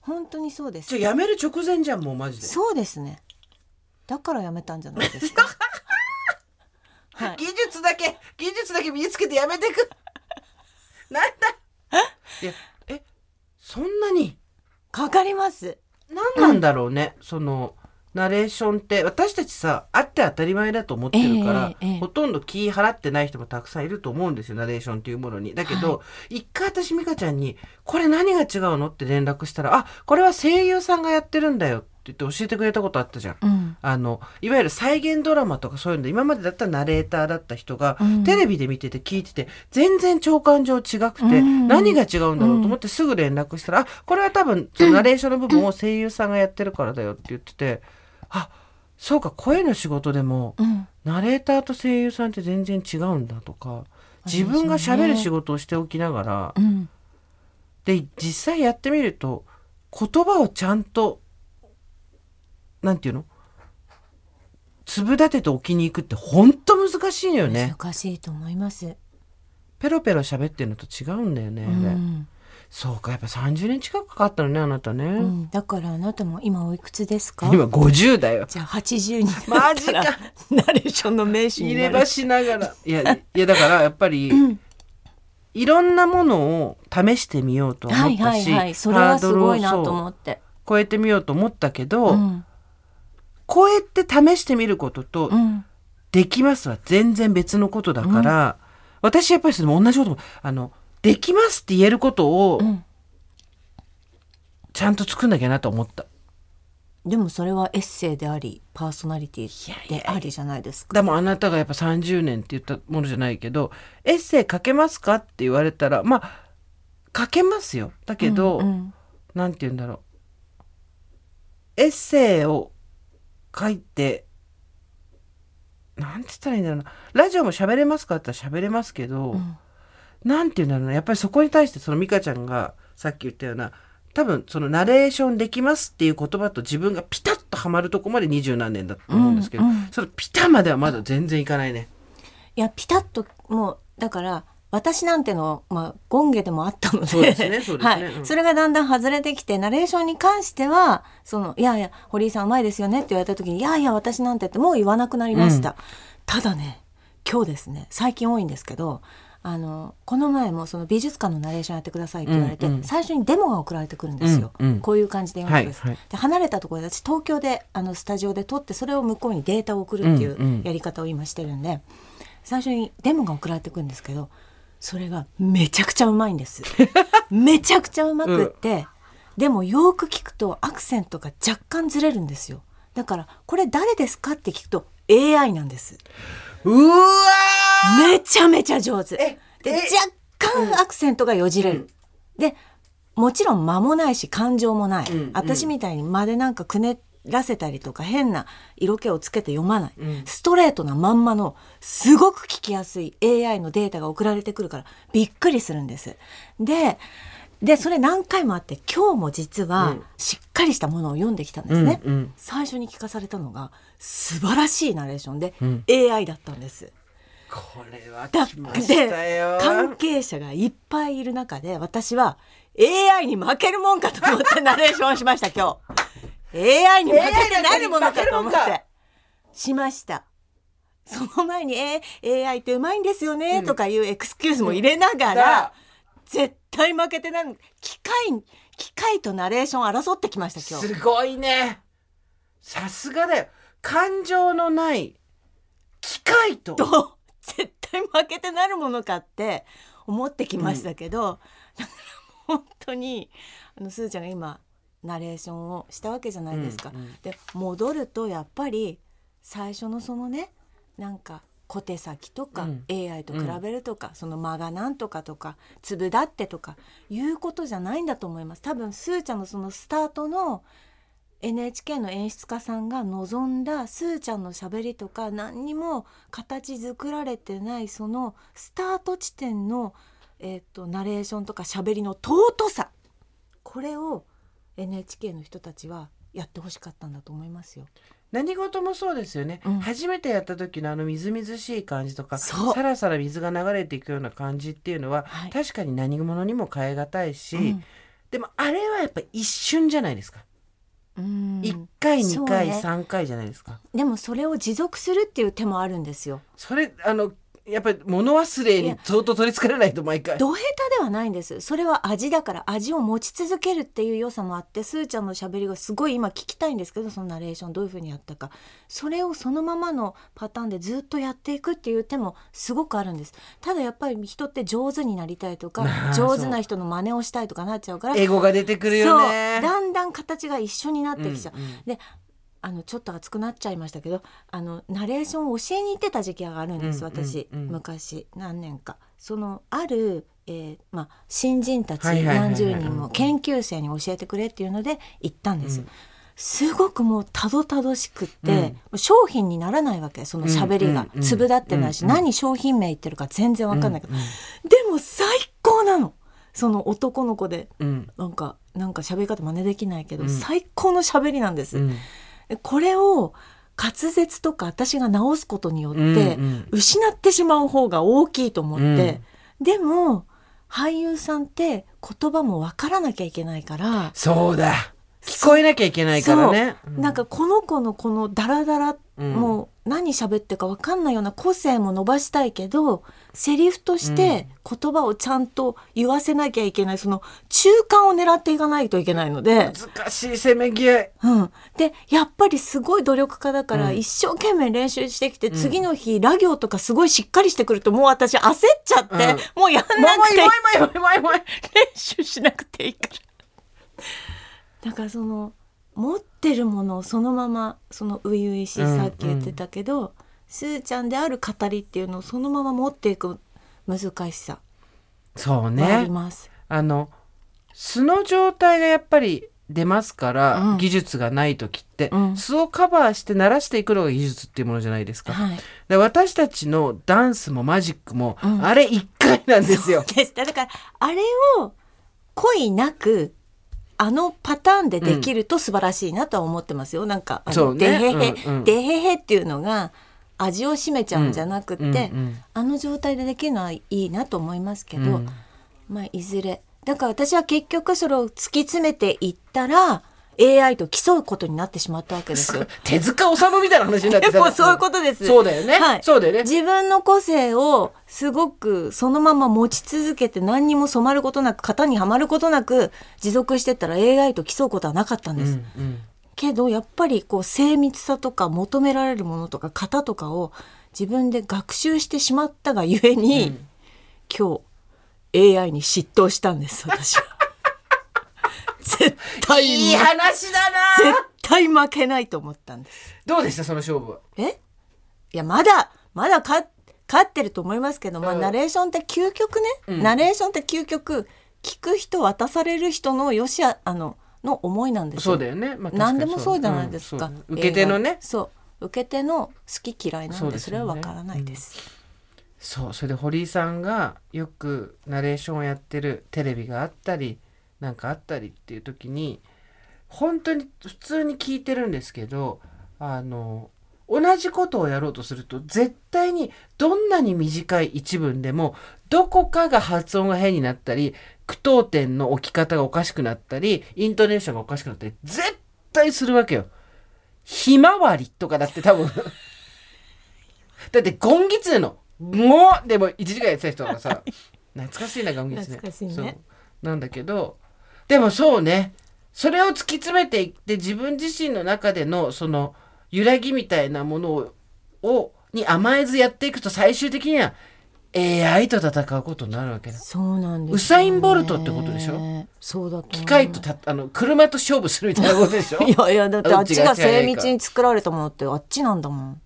Speaker 2: 本当にそうで
Speaker 1: ち
Speaker 2: す
Speaker 1: ょやめる直前じゃんもうマジで
Speaker 2: そうですねだからやめたんじゃない ですかはい
Speaker 1: 技術だけ技術だけ身につけてやめて くなんだいやえそんなに
Speaker 2: かかります
Speaker 1: 何なんだろうね、そのナレーションって私たちさあって当たり前だと思ってるから、
Speaker 2: ええええ
Speaker 1: ほとんど気払ってない人もたくさんいると思うんですよナレーションっていうものにだけど、一回私美香ちゃんに「これ何が違うの?」って連絡したら「あこれは声優さんがやってるんだよ」って言って教えてくれたことあったじゃん。
Speaker 2: うん
Speaker 1: あのいわゆる再現ドラマとかそういうので今までだったらナレーターだった人が、
Speaker 2: うん
Speaker 1: テレビで見てて聞いてて全然聴感上違くて、
Speaker 2: うん
Speaker 1: 何が違うんだろうと思ってすぐ連絡したら、あこれは多分そのナレーションの部分を声優さんがやってるからだよって言ってて、あそうか声の仕事でも
Speaker 2: うん
Speaker 1: ナレーターと声優さんって全然違うんだとか自分が喋る仕事をしておきながら、
Speaker 2: うん
Speaker 1: で実際やってみると言葉をちゃんとなんていうの粒立てて置きに行くってほんと難しいのよね
Speaker 2: 難しいと思います。
Speaker 1: ペロペロ喋ってるのと違うんだよね、
Speaker 2: う
Speaker 1: あれ
Speaker 2: ん、
Speaker 1: そうかやっぱ30年近くかかったのねあなたね、
Speaker 2: うんだからあなたも今おいくつですか？
Speaker 1: 今50 だよ
Speaker 2: じゃあ八十にな
Speaker 1: マ
Speaker 2: っ
Speaker 1: ジ
Speaker 2: た
Speaker 1: から
Speaker 2: ナレーションの名手
Speaker 1: 入
Speaker 2: に
Speaker 1: れ
Speaker 2: な
Speaker 1: 歯
Speaker 2: る。
Speaker 1: しながらいやいやだからやっぱり、いろんなものを試してみようとは
Speaker 2: はい
Speaker 1: 思った
Speaker 2: は
Speaker 1: し、
Speaker 2: いはい。それはすごいな
Speaker 1: ハード
Speaker 2: と
Speaker 1: ルをそ
Speaker 2: 思
Speaker 1: う
Speaker 2: って。
Speaker 1: 超えてみようと思ったけど、
Speaker 2: うん
Speaker 1: こうやって試してみることと、
Speaker 2: うん
Speaker 1: できますは全然別のことだから、私やっぱりそれも同じこともあのできますって言えることを
Speaker 2: うん。
Speaker 1: ちゃんと作んなきゃなと思った。
Speaker 2: でもそれはエッセイでありパーソナリティでありじゃないですか。
Speaker 1: でもあなたがやっぱ30年って言ったものじゃないけどエッセイ書けますかって言われたらまあ書けますよだけど、
Speaker 2: うん
Speaker 1: なんて言うんだろうエッセイを書いてなんて言ったらいいんだろうなラジオも喋れますかって言ったら喋れますけど、
Speaker 2: うん
Speaker 1: なんて言うんだろうなやっぱりそこに対してその美香ちゃんがさっき言ったような多分そのナレーションできますっていう言葉と自分がピタッとはまるとこまで二十何年だと思うんですけど、
Speaker 2: うんうん
Speaker 1: そのピタまではまだ全然いかないね。
Speaker 2: いやピタッともうだから私なんてのまあ権下でもあったので
Speaker 1: そうで すねそうですね
Speaker 2: はい
Speaker 1: うん
Speaker 2: それがだんだん外れてきてナレーションに関してはそのいやいや堀井さんうまいですよねって言われた時にいやいや私なんてってもう言わなくなりました、ただね今日ですね最近多いんですけどあのこの前もその美術館のナレーションやってくださいって言われて、
Speaker 1: うんうん
Speaker 2: 最初にデモが送られてくるんですよ、
Speaker 1: うんうん
Speaker 2: こういう感じで読むんです、
Speaker 1: はいはい
Speaker 2: で離れたところで私東京であのスタジオで撮ってそれを向こうにデータを送るってい
Speaker 1: うんうん
Speaker 2: うやり方を今してるんで、最初にデモが送られてくるんですけどそれがめちゃくちゃうまいんです めちゃくちゃうまくって、でもよく聞くとアクセントが若干ずれるんですよだからこれ誰ですかって聞くと AI なんです
Speaker 1: うわー
Speaker 2: めちゃめちゃ上手
Speaker 1: え
Speaker 2: で
Speaker 1: え
Speaker 2: 若干アクセントがよじれる、でもちろん間もないし感情もない、
Speaker 1: うんうん
Speaker 2: 私みたいに間でなんかくねらせたりとか変な色気をつけて読まない、
Speaker 1: うん
Speaker 2: ストレートなまんまのすごく聞きやすい AI のデータが送られてくるからびっくりするんです。ででそれ何回もあって今日も実
Speaker 1: う
Speaker 2: は
Speaker 1: ん
Speaker 2: しっかりしたものを読んできたんですね、
Speaker 1: うんうん
Speaker 2: 最初に聞かされたのが素晴らしいナレーションで、
Speaker 1: うん
Speaker 2: AI だったんです。
Speaker 1: これは
Speaker 2: だ
Speaker 1: 来ましたよ
Speaker 2: で。関係者がいっぱいいる中で私は AI に負けるもんかと思ってナレーションしました今日 AI に負けてなるものかと思っ
Speaker 1: AI なん
Speaker 2: てしましたその前に、えー AI ってうまいんですよねとかいうエクスキューズも入れながら、絶対負けてない機械機械とナレーション争ってきました今日
Speaker 1: すごいね。さすがだよ。感情のない機械と。
Speaker 2: と絶対負けてなるものかって思ってきましたけど、だから本当にあのすーちゃんが今ナレーションをしたわけじゃないですか。
Speaker 1: うんうん
Speaker 2: で戻るとやっぱり最初のそのねなんか小手先とか
Speaker 1: うん
Speaker 2: AI と比べるとか、その間がなんとかとか粒だってとかいうことじゃないんだと思います多分すーちゃんのそのスタートの NHK の演出家さんが望んだすーちゃんのしゃべりとか何にも形作られてないそのスタート地点の、えっとナレーションとかしゃべりの尊さこれを NHK の人たちはやってほしかったんだと思いますよ。
Speaker 1: 何事もそうですよね、
Speaker 2: うん
Speaker 1: 初めてやった時のあのみずみずしい感じとか
Speaker 2: そう
Speaker 1: さらさら水が流れていくような感じっていうのは、
Speaker 2: はい
Speaker 1: 確かに何物にも変え難いし、
Speaker 2: うん
Speaker 1: でもあれはやっぱ一瞬じゃないですか、
Speaker 2: うん
Speaker 1: 一1回
Speaker 2: そ
Speaker 1: 2
Speaker 2: う
Speaker 1: 回、
Speaker 2: ね
Speaker 1: 3回じゃないですか
Speaker 2: でもそれを持続するっていう手もあるんですよ。
Speaker 1: それあのやっぱり物忘れに相当取りつかれないと毎回
Speaker 2: ドヘタではないんです。それは味だから味を持ち続けるっていう良さもあって、すーちゃんの喋りがすごい今聞きたいんですけど、そのナレーションどういう風にやったか。それをそのままのパターンでずっとやっていくっていう手もすごくあるんです。ただやっぱり人って上手になりたいとか
Speaker 1: まあ、
Speaker 2: 上手な人の真似をしたいとかなっちゃうから、
Speaker 1: エゴが出てくるよ
Speaker 2: そ
Speaker 1: ね
Speaker 2: うだんだん形が一緒になってきちゃう、
Speaker 1: うんうん
Speaker 2: であのちょっと熱くなっちゃいましたけどあのナレーションを教えに行ってた時期があるんです、
Speaker 1: うんうんうん
Speaker 2: 私昔何年かそのある、えーまあ、新人たち
Speaker 1: はいはいはいはい
Speaker 2: 何十人も研究生に教えてくれっていうので行ったんです、すごくもうたどたどしくって、
Speaker 1: うん
Speaker 2: もう商品にならないわけその喋りが、
Speaker 1: うんうんうん
Speaker 2: 粒立ってないし、
Speaker 1: うんうん
Speaker 2: 何商品名言ってるか全然わかんないけど、
Speaker 1: うんうん
Speaker 2: でも最高なのその男の子で
Speaker 1: うん
Speaker 2: なんかなんか喋り方真似できないけど、
Speaker 1: うん
Speaker 2: 最高の喋りなんです、
Speaker 1: うん
Speaker 2: これを滑舌とか私が直すことによって、
Speaker 1: うんうん
Speaker 2: 失ってしまう方が大きいと思って、でも俳優さんって言葉もわからなきゃいけないから
Speaker 1: そうだ聞こえなきゃいけないからね
Speaker 2: そうなんかこの子のこのダラダラ、
Speaker 1: うん
Speaker 2: もう何喋ってるかわかんないような個性も伸ばしたいけどセリフとして言葉をちゃんと言わせなきゃいけないその中間を狙っていかないといけないので。
Speaker 1: 難しいせめぎ合い
Speaker 2: うん、でやっぱりすごい努力家だから、
Speaker 1: うん
Speaker 2: 一生懸命練習してきて、次の日ラ行とかすごいしっかりしてくるともう私焦っちゃって、
Speaker 1: うん
Speaker 2: もうやん
Speaker 1: も
Speaker 2: な
Speaker 1: うも
Speaker 2: く
Speaker 1: う
Speaker 2: ていい
Speaker 1: もうもうもうもうもう
Speaker 2: 練習しなくていいからだからその持ってるものをそのままその初々しい
Speaker 1: うん
Speaker 2: さっき言ってたけど、すーちゃんである語りっていうのをそのまま持っていく難しさ
Speaker 1: そう
Speaker 2: はあ
Speaker 1: ね
Speaker 2: ります、
Speaker 1: あの素の状態がやっぱり出ますから、
Speaker 2: うん
Speaker 1: 技術がない時って、
Speaker 2: うん
Speaker 1: 素をカバーして慣らしていくのが技術っていうものじゃないですか、
Speaker 2: はい
Speaker 1: で私たちのダンスもマジックも、
Speaker 2: うん
Speaker 1: あれ一回なんですよ
Speaker 2: そうですだからあれを恋なくあのパターンでできると素晴らしいなとは思ってますよ、なんかあの
Speaker 1: そうね
Speaker 2: でへへ、
Speaker 1: うんうん
Speaker 2: でへへっていうのが味を占めちゃうんじゃなくって、
Speaker 1: うんうん
Speaker 2: あの状態でできるのはいいなと思いますけど、
Speaker 1: うん
Speaker 2: まあいずれだから私は結局それを突き詰めていったら AI と競うことになってしまったわけですよ。
Speaker 1: 手塚治虫みたいな話になって
Speaker 2: でもそういうことです。
Speaker 1: そうだよね
Speaker 2: はい、
Speaker 1: そうだよね
Speaker 2: 自分の個性をすごくそのまま持ち続けて何にも染まることなく型にはまることなく持続してったら AI と競うことはなかったん
Speaker 1: う
Speaker 2: です。
Speaker 1: んうん
Speaker 2: けどやっぱりこう精密さとか求められるものとか型とかを自分で学習してしまったがゆえに、今日 AI に嫉妬したんです私 は。絶対
Speaker 1: いい
Speaker 2: 絶
Speaker 1: 話だな
Speaker 2: 対負けないと思ったんです。
Speaker 1: どうでしたその勝負は
Speaker 2: えいやまだまだか勝ってると思いますけど、まあ、
Speaker 1: うん
Speaker 2: ナレーションって究極ね、ナレーションって究極聞く人渡される人のよしああのの思いなんです
Speaker 1: そ
Speaker 2: よ
Speaker 1: うだよね、まあ
Speaker 2: 何でもそうじゃないですか、
Speaker 1: うんそう受け手の
Speaker 2: 映
Speaker 1: ね
Speaker 2: 画そう受け手の好き嫌いなん
Speaker 1: そう
Speaker 2: で
Speaker 1: で
Speaker 2: そ
Speaker 1: すよ
Speaker 2: れ
Speaker 1: ね
Speaker 2: は分からないです
Speaker 1: そうそれで堀井さんがよくナレーションをやってるテレビがあったりなんかあったりっていう時に本当に普通に聞いてるんですけどあの同じことをやろうとすると絶対にどんなに短い一文でもどこかが発音が変になったり句読点の置き方がおかしくなったりイントネーションがおかしくなったり絶対するわけよ。ひまわりとかだって 多分だってゴンギツネの「もう」でも1時間やってた人がさ懐かしいなゴンギツネ
Speaker 2: 懐かしいね
Speaker 1: そうなんだけどでもそうねそれを突き詰めていって自分自身の中でのその揺らぎみたいなものををに甘えずやっていくと最終的には AI と戦うことになるわけだ
Speaker 2: そうなんですよね
Speaker 1: ウサインボルトってことでしょ
Speaker 2: そうだと思う
Speaker 1: 機械とたあの車と勝負するみたいなことでしょ
Speaker 2: いやいやだってあっちが
Speaker 1: どっちが早
Speaker 2: 精
Speaker 1: いか
Speaker 2: 密に作られたものってあっちなんだもん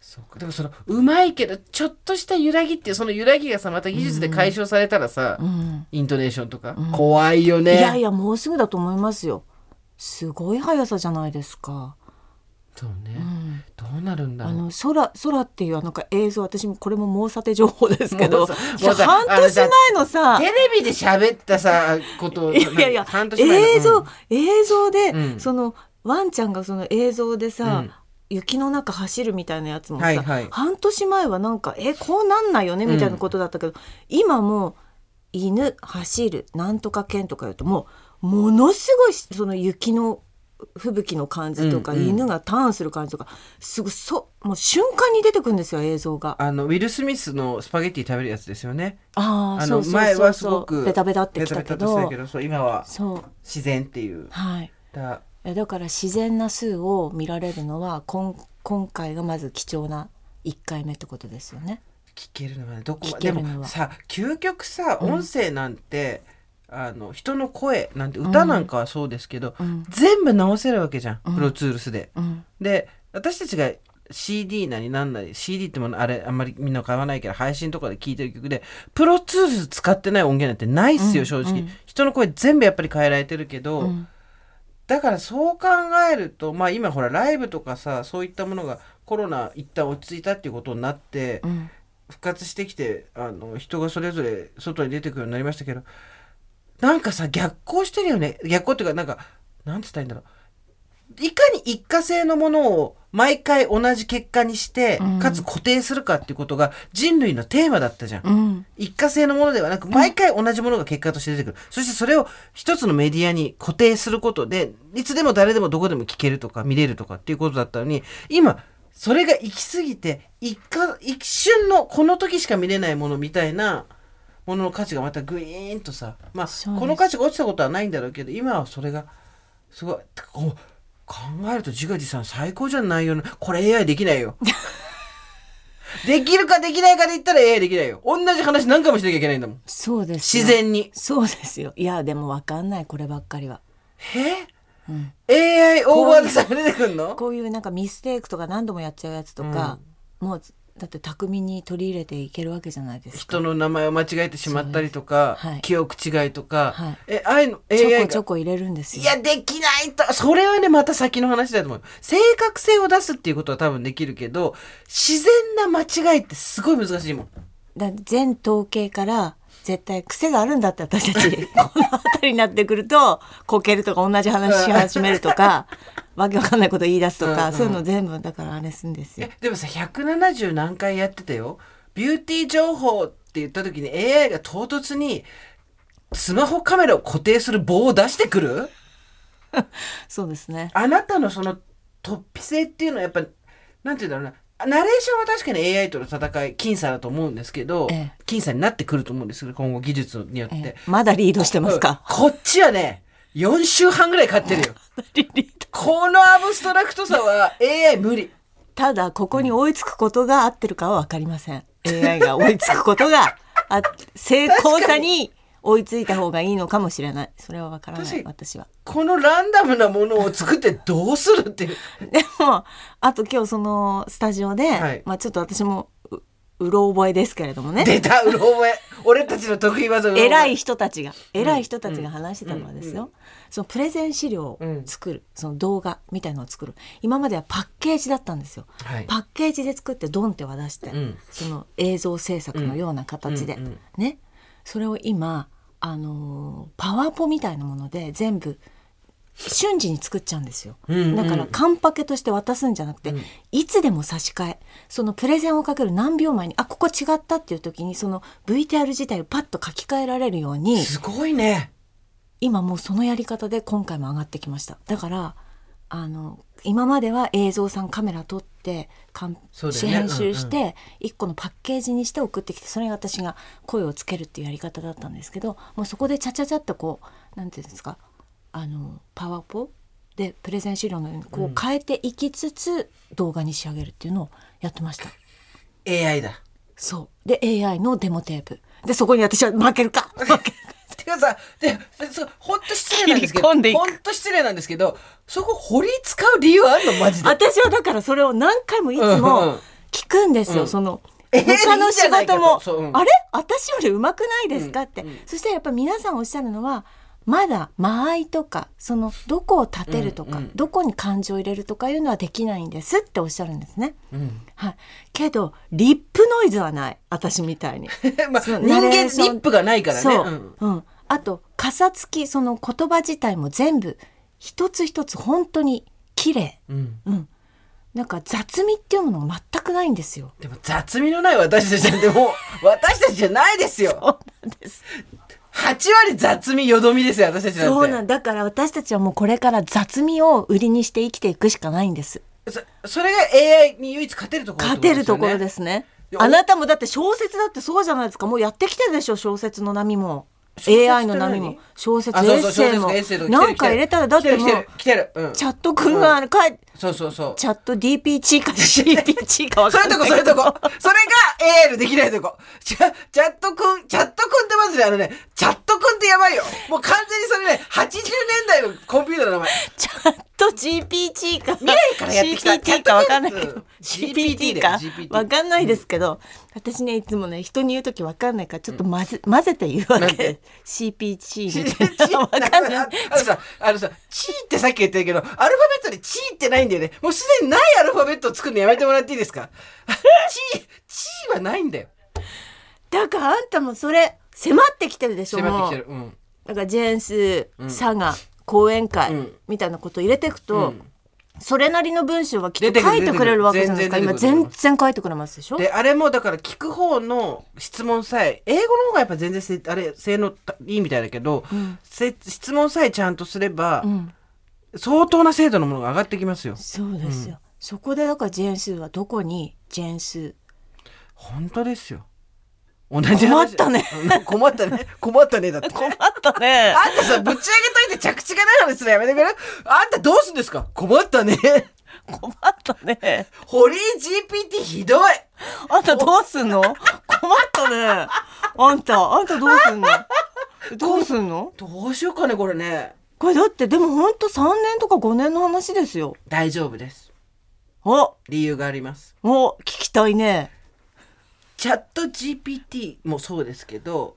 Speaker 1: そうかでもそのうまいけどちょっとした揺らぎっていうその揺らぎがさまた技術で解消されたらさ、
Speaker 2: うん
Speaker 1: イントネーションとか、怖いよね
Speaker 2: いやいやもうすぐだと思いますよすごい速さじゃないですか、
Speaker 1: そうね、
Speaker 2: うん
Speaker 1: どうなるんだ
Speaker 2: あ
Speaker 1: ろう
Speaker 2: の空空っていうなんか映像私もこれも毛査定情報ですけど
Speaker 1: もうさ
Speaker 2: いや
Speaker 1: もうさ
Speaker 2: 半年前のさ
Speaker 1: テレビで喋ったさことを
Speaker 2: いやいや
Speaker 1: 半年前の
Speaker 2: 映像、
Speaker 1: うん
Speaker 2: 映像で、
Speaker 1: うん
Speaker 2: そのワンちゃんがその映像でさ、
Speaker 1: うん
Speaker 2: 雪の中走るみたいなやつもさ、
Speaker 1: はいはい
Speaker 2: 半年前はなんかえこうなんないよねみたいなことだったけど、今もう犬走るなんとか犬とか言うともうものすごいその雪の吹雪の感じとか、
Speaker 1: うんうん
Speaker 2: 犬がターンする感じとかすごいそうもう瞬間に出てくるんですよ映像が。
Speaker 1: あのウィル・スミスのスパゲッティ食べるやつですよね
Speaker 2: ああ
Speaker 1: あ
Speaker 2: そ
Speaker 1: の
Speaker 2: うそうそうそう
Speaker 1: 前はすごく
Speaker 2: ベタベタってきたけ
Speaker 1: ベタベタとして
Speaker 2: ど
Speaker 1: たけどそう今は
Speaker 2: そう
Speaker 1: 自然っていう
Speaker 2: はい
Speaker 1: だ
Speaker 2: いやだから自然な数を見られるのはこん今回がまず貴重な1回目ってことですよね。
Speaker 1: 聞けるのはねどこま
Speaker 2: 聞
Speaker 1: で
Speaker 2: けるのは
Speaker 1: もさ究極さ音声なんて、あの人の声なんて歌なんかはそうですけど、全部直せるわけじゃん、プロツールスで。
Speaker 2: うん、
Speaker 1: で私たちが CD なりなんなり CD ってものあれあんまりみんな買わないけど配信とかで聴いてる曲でプロツールス使ってない音源なんてないっすよ、正直、人の声全部やっぱり変えられてるけど、だからそう考えるとまあ今ほらライブとかさそういったものがコロナ一旦落ち着いたっていうことになって、
Speaker 2: ん
Speaker 1: 復活してきてあの人がそれぞれ外に出てくるようになりましたけどなんかさ逆行してるよね逆行っていうかなんかなんつったらいいんだろういかに一過性のものを毎回同じ結果にして、かつ固定するかっていうことが人類のテーマだったじゃん。
Speaker 2: うん
Speaker 1: 一過性のものではなく、毎回同じものが結果として出てくる。そしてそれを一つのメディアに固定することで、いつでも誰でもどこでも聞けるとか見れるとかっていうことだったのに、今、それが行き過ぎて、一過、一瞬のこの時しか見れないものみたいなものの価値がまたグイーンとさ、まあ、
Speaker 2: そうです
Speaker 1: この価値が落ちたことはないんだろうけど、今はそれが、すごい、お考えると自画自賛最高じゃないよな。これ AI できな いよ。できるかできないかで言ったら AI できないよ。同じ話何回もしなきゃいけないんだもん。
Speaker 2: そうですよ
Speaker 1: 自然に。
Speaker 2: そうですよいやでも分かんないこればっかりは
Speaker 1: え、?AI オーバーでさ、出てくんの
Speaker 2: こういうなんかミステイクとか何度もやっちゃうやつとか、もうだって巧みに取り入れていけるわけじゃないですか
Speaker 1: 人の名前を間違えてしまったりとか、
Speaker 2: そうですはい
Speaker 1: 記憶違いとか、
Speaker 2: はい
Speaker 1: え、AI の
Speaker 2: ちょ
Speaker 1: AI
Speaker 2: こちょ
Speaker 1: が。
Speaker 2: こ入れるんです
Speaker 1: い
Speaker 2: よ
Speaker 1: や、できないと。それはね、また先の話だと思う。正確性を出すっていうことは多分できるけど、自然な間違いってすごい難しいもん。
Speaker 2: だ全統計から絶対癖があるんだって私 たちこの辺りになってくるとこけるとか同じ話し始めると かわけわかんないこと言い出すとか、
Speaker 1: うんうん
Speaker 2: そういうの全部だからあれすんですよ
Speaker 1: え。でもさ170何回やってたよビューティー情報って言った時に AI が唐突にスマホカメラを固定する棒を出してくる
Speaker 2: そうですね。
Speaker 1: あなたのその突飛性っていうのはやっぱなんて言うんだろうなナレーションは確かに AI との戦い僅差だと思うんですけど、
Speaker 2: ええ
Speaker 1: 僅差になってくると思うんですけど今後技術によって、
Speaker 2: えまだリードしてますか。
Speaker 1: うんこっちはね4週半ぐらい 勝ってるよ
Speaker 2: リリード
Speaker 1: このアブストラクトさは AI 無理
Speaker 2: ただここに追いつくことが合ってるかはわかりません。AI が追いつくことがあ成功さに追いついた方がいいのかもしれない。それはわからな
Speaker 1: 確
Speaker 2: い
Speaker 1: かに
Speaker 2: 私は。
Speaker 1: このランダムなものを作ってどうするっていう
Speaker 2: でもあと今日そのスタジオで、
Speaker 1: はい
Speaker 2: まあちょっと私もううろ覚えですけれどもね
Speaker 1: 出たうろ覚え俺たちの得意技うろ覚え
Speaker 2: 偉い人たちが偉い人たちが話してたのはですよ、そのプレゼン資料を作る、その動画みたいのを作る今まではパッケージだったんですよ、
Speaker 1: はい
Speaker 2: パッケージで作ってドンって渡して、
Speaker 1: ん
Speaker 2: その映像制作のような形で、
Speaker 1: うんうんうん
Speaker 2: ねそれを今あのーパワーポみたいなもので全部瞬時に作っちゃうんですよ、
Speaker 1: んうん
Speaker 2: だからカンパケとして渡すんじゃなくて、いつでも差し替えそのプレゼンをかける何秒前にあここ違ったっていう時にその VTR 自体をパッと書き換えられるように
Speaker 1: すごいね
Speaker 2: 今もうそのやり方で今回も上がってきましただからあの今までは映像さんカメラ撮ってかん
Speaker 1: そうだよね
Speaker 2: 編集して一個のパッケージにして送ってきてそれが私が声をつけるっていうやり方だったんですけどもうそこでちゃちゃちゃっとこうなんていうんですかあのパワポでプレゼン資料のようにこう変えていきつつ、動画に仕上げるっていうのをやってました
Speaker 1: AI だ
Speaker 2: そうで AI のデモテープでそこに私は負けるか負けるか
Speaker 1: てかさでそうほんと失礼なんですけど
Speaker 2: 切り込んでいく
Speaker 1: ほんと失礼なんですけどそこ掘り使う理由あんのマジで
Speaker 2: 私はだからそれを何回もいつ
Speaker 1: うんうん
Speaker 2: も聞くんですよ、
Speaker 1: うん
Speaker 2: その
Speaker 1: えー
Speaker 2: 他の仕
Speaker 1: いいじ
Speaker 2: 事
Speaker 1: ゃないか
Speaker 2: も
Speaker 1: とそううん
Speaker 2: あれ私より上手くないですかって、そしてやっぱ皆さんおっしゃるのはまだ間合いとかそのどこを立てるとか、
Speaker 1: うんうん
Speaker 2: どこに感情を入れるとかいうのはできないんですっておっしゃるんですね。はい、けどリップノイズはない私みたいに。
Speaker 1: まあ、
Speaker 2: そ
Speaker 1: 人
Speaker 2: うナレ
Speaker 1: 間
Speaker 2: ーション
Speaker 1: リップがないからね
Speaker 2: そう、
Speaker 1: ん
Speaker 2: うんあとかさつきその言葉自体も全部一つ一つ本当に綺麗
Speaker 1: うん。
Speaker 2: うんなんか雑味っていうものが全くないんです よ
Speaker 1: でも雑味のない私たちなんてもう、 私たちじゃないですよ。
Speaker 2: そうなんです
Speaker 1: 8割雑味よどみですよ、私たちなんて。
Speaker 2: そうなんだから私たちはもうこれから雑味を売りにして生きていくしかないん です
Speaker 1: そそれが AI に唯一勝てるところ
Speaker 2: 勝てるところですすね
Speaker 1: いや
Speaker 2: あなたもだって小説だってそうじゃないですかもうやってきてるでしょ小説の波も
Speaker 1: 小説って何
Speaker 2: AI の波も小説
Speaker 1: あ
Speaker 2: エ
Speaker 1: そう
Speaker 2: ッ
Speaker 1: そう
Speaker 2: セイも
Speaker 1: 小説エッセイとか来てる
Speaker 2: なんか入れたらだっても
Speaker 1: 来てる
Speaker 2: う
Speaker 1: 来てる来てるうん
Speaker 2: チャット君があのかえ
Speaker 1: そうそうそう
Speaker 2: チャット DPG か CPG かわ
Speaker 1: そ
Speaker 2: か
Speaker 1: れ
Speaker 2: んな
Speaker 1: と
Speaker 2: い
Speaker 1: こ
Speaker 2: け
Speaker 1: そ
Speaker 2: ど
Speaker 1: れとこ それが AL できないとこチャチャットくんチャットくんってまずねあのねチャットくんってやばいよもう完全にそれね80年代のコンピューターの名 前
Speaker 2: チャット GPT か未
Speaker 1: 来からやってきた
Speaker 2: CPT かわかんないけ
Speaker 1: う
Speaker 2: ど
Speaker 1: ん
Speaker 2: GPT
Speaker 1: GPT
Speaker 2: か
Speaker 1: だよ
Speaker 2: わかんないですけど私ねいつもね人に言うときわかんないからちょっと混ぜ混ぜて言うわ
Speaker 1: なん
Speaker 2: け
Speaker 1: て
Speaker 2: CPG み
Speaker 1: チ
Speaker 2: たいなわかん ない
Speaker 1: あのさあのさチーってさっき言ってるけどアルファベットでチーってないんだよねもうすでにないアルファベットを作るのやめてもらっていいですか チーチーはないんだよ
Speaker 2: だからあんたもそれ迫ってきてるでしょ
Speaker 1: 迫
Speaker 2: も
Speaker 1: っ
Speaker 2: う
Speaker 1: てきてるうん
Speaker 2: だからジェーンス、サガ講演会
Speaker 1: うん
Speaker 2: みたいなこと入れていくと、
Speaker 1: うん
Speaker 2: それなりの文章はきっ
Speaker 1: 出て
Speaker 2: と
Speaker 1: くる
Speaker 2: 書いてくれるわけじゃないですか
Speaker 1: 出てく
Speaker 2: 今
Speaker 1: る全然
Speaker 2: 全然書いてくれますでしょ
Speaker 1: であれもだから聞く方の質問さえ英語の方がやっぱ全然せあれ性能いいみたいだけど、せ質問さえちゃんとすれば、
Speaker 2: ん
Speaker 1: 相当な精度のものが上がってきますよ
Speaker 2: そうですよ、そこでだからジェーンスーはどこにジェーンスー
Speaker 1: 本当ですよ同じ話
Speaker 2: 困ったね
Speaker 1: うん 困ったね困ったね だって困っ
Speaker 2: あったね
Speaker 1: あんたさぶち上げといて着地がない話するのやめてくれあんたどうすんですか困っ たね
Speaker 2: 困ったね
Speaker 1: ホリー GPT ひどい
Speaker 2: あんたどうすんの困ったねあんたあんたどうす んのどうすんの
Speaker 1: どうしようかねこれね
Speaker 2: これだってでもほんと3年とか5年の話ですよ
Speaker 1: 大丈夫です
Speaker 2: お
Speaker 1: 理由があります
Speaker 2: お聞きたいね
Speaker 1: チャット GPT もそうですけど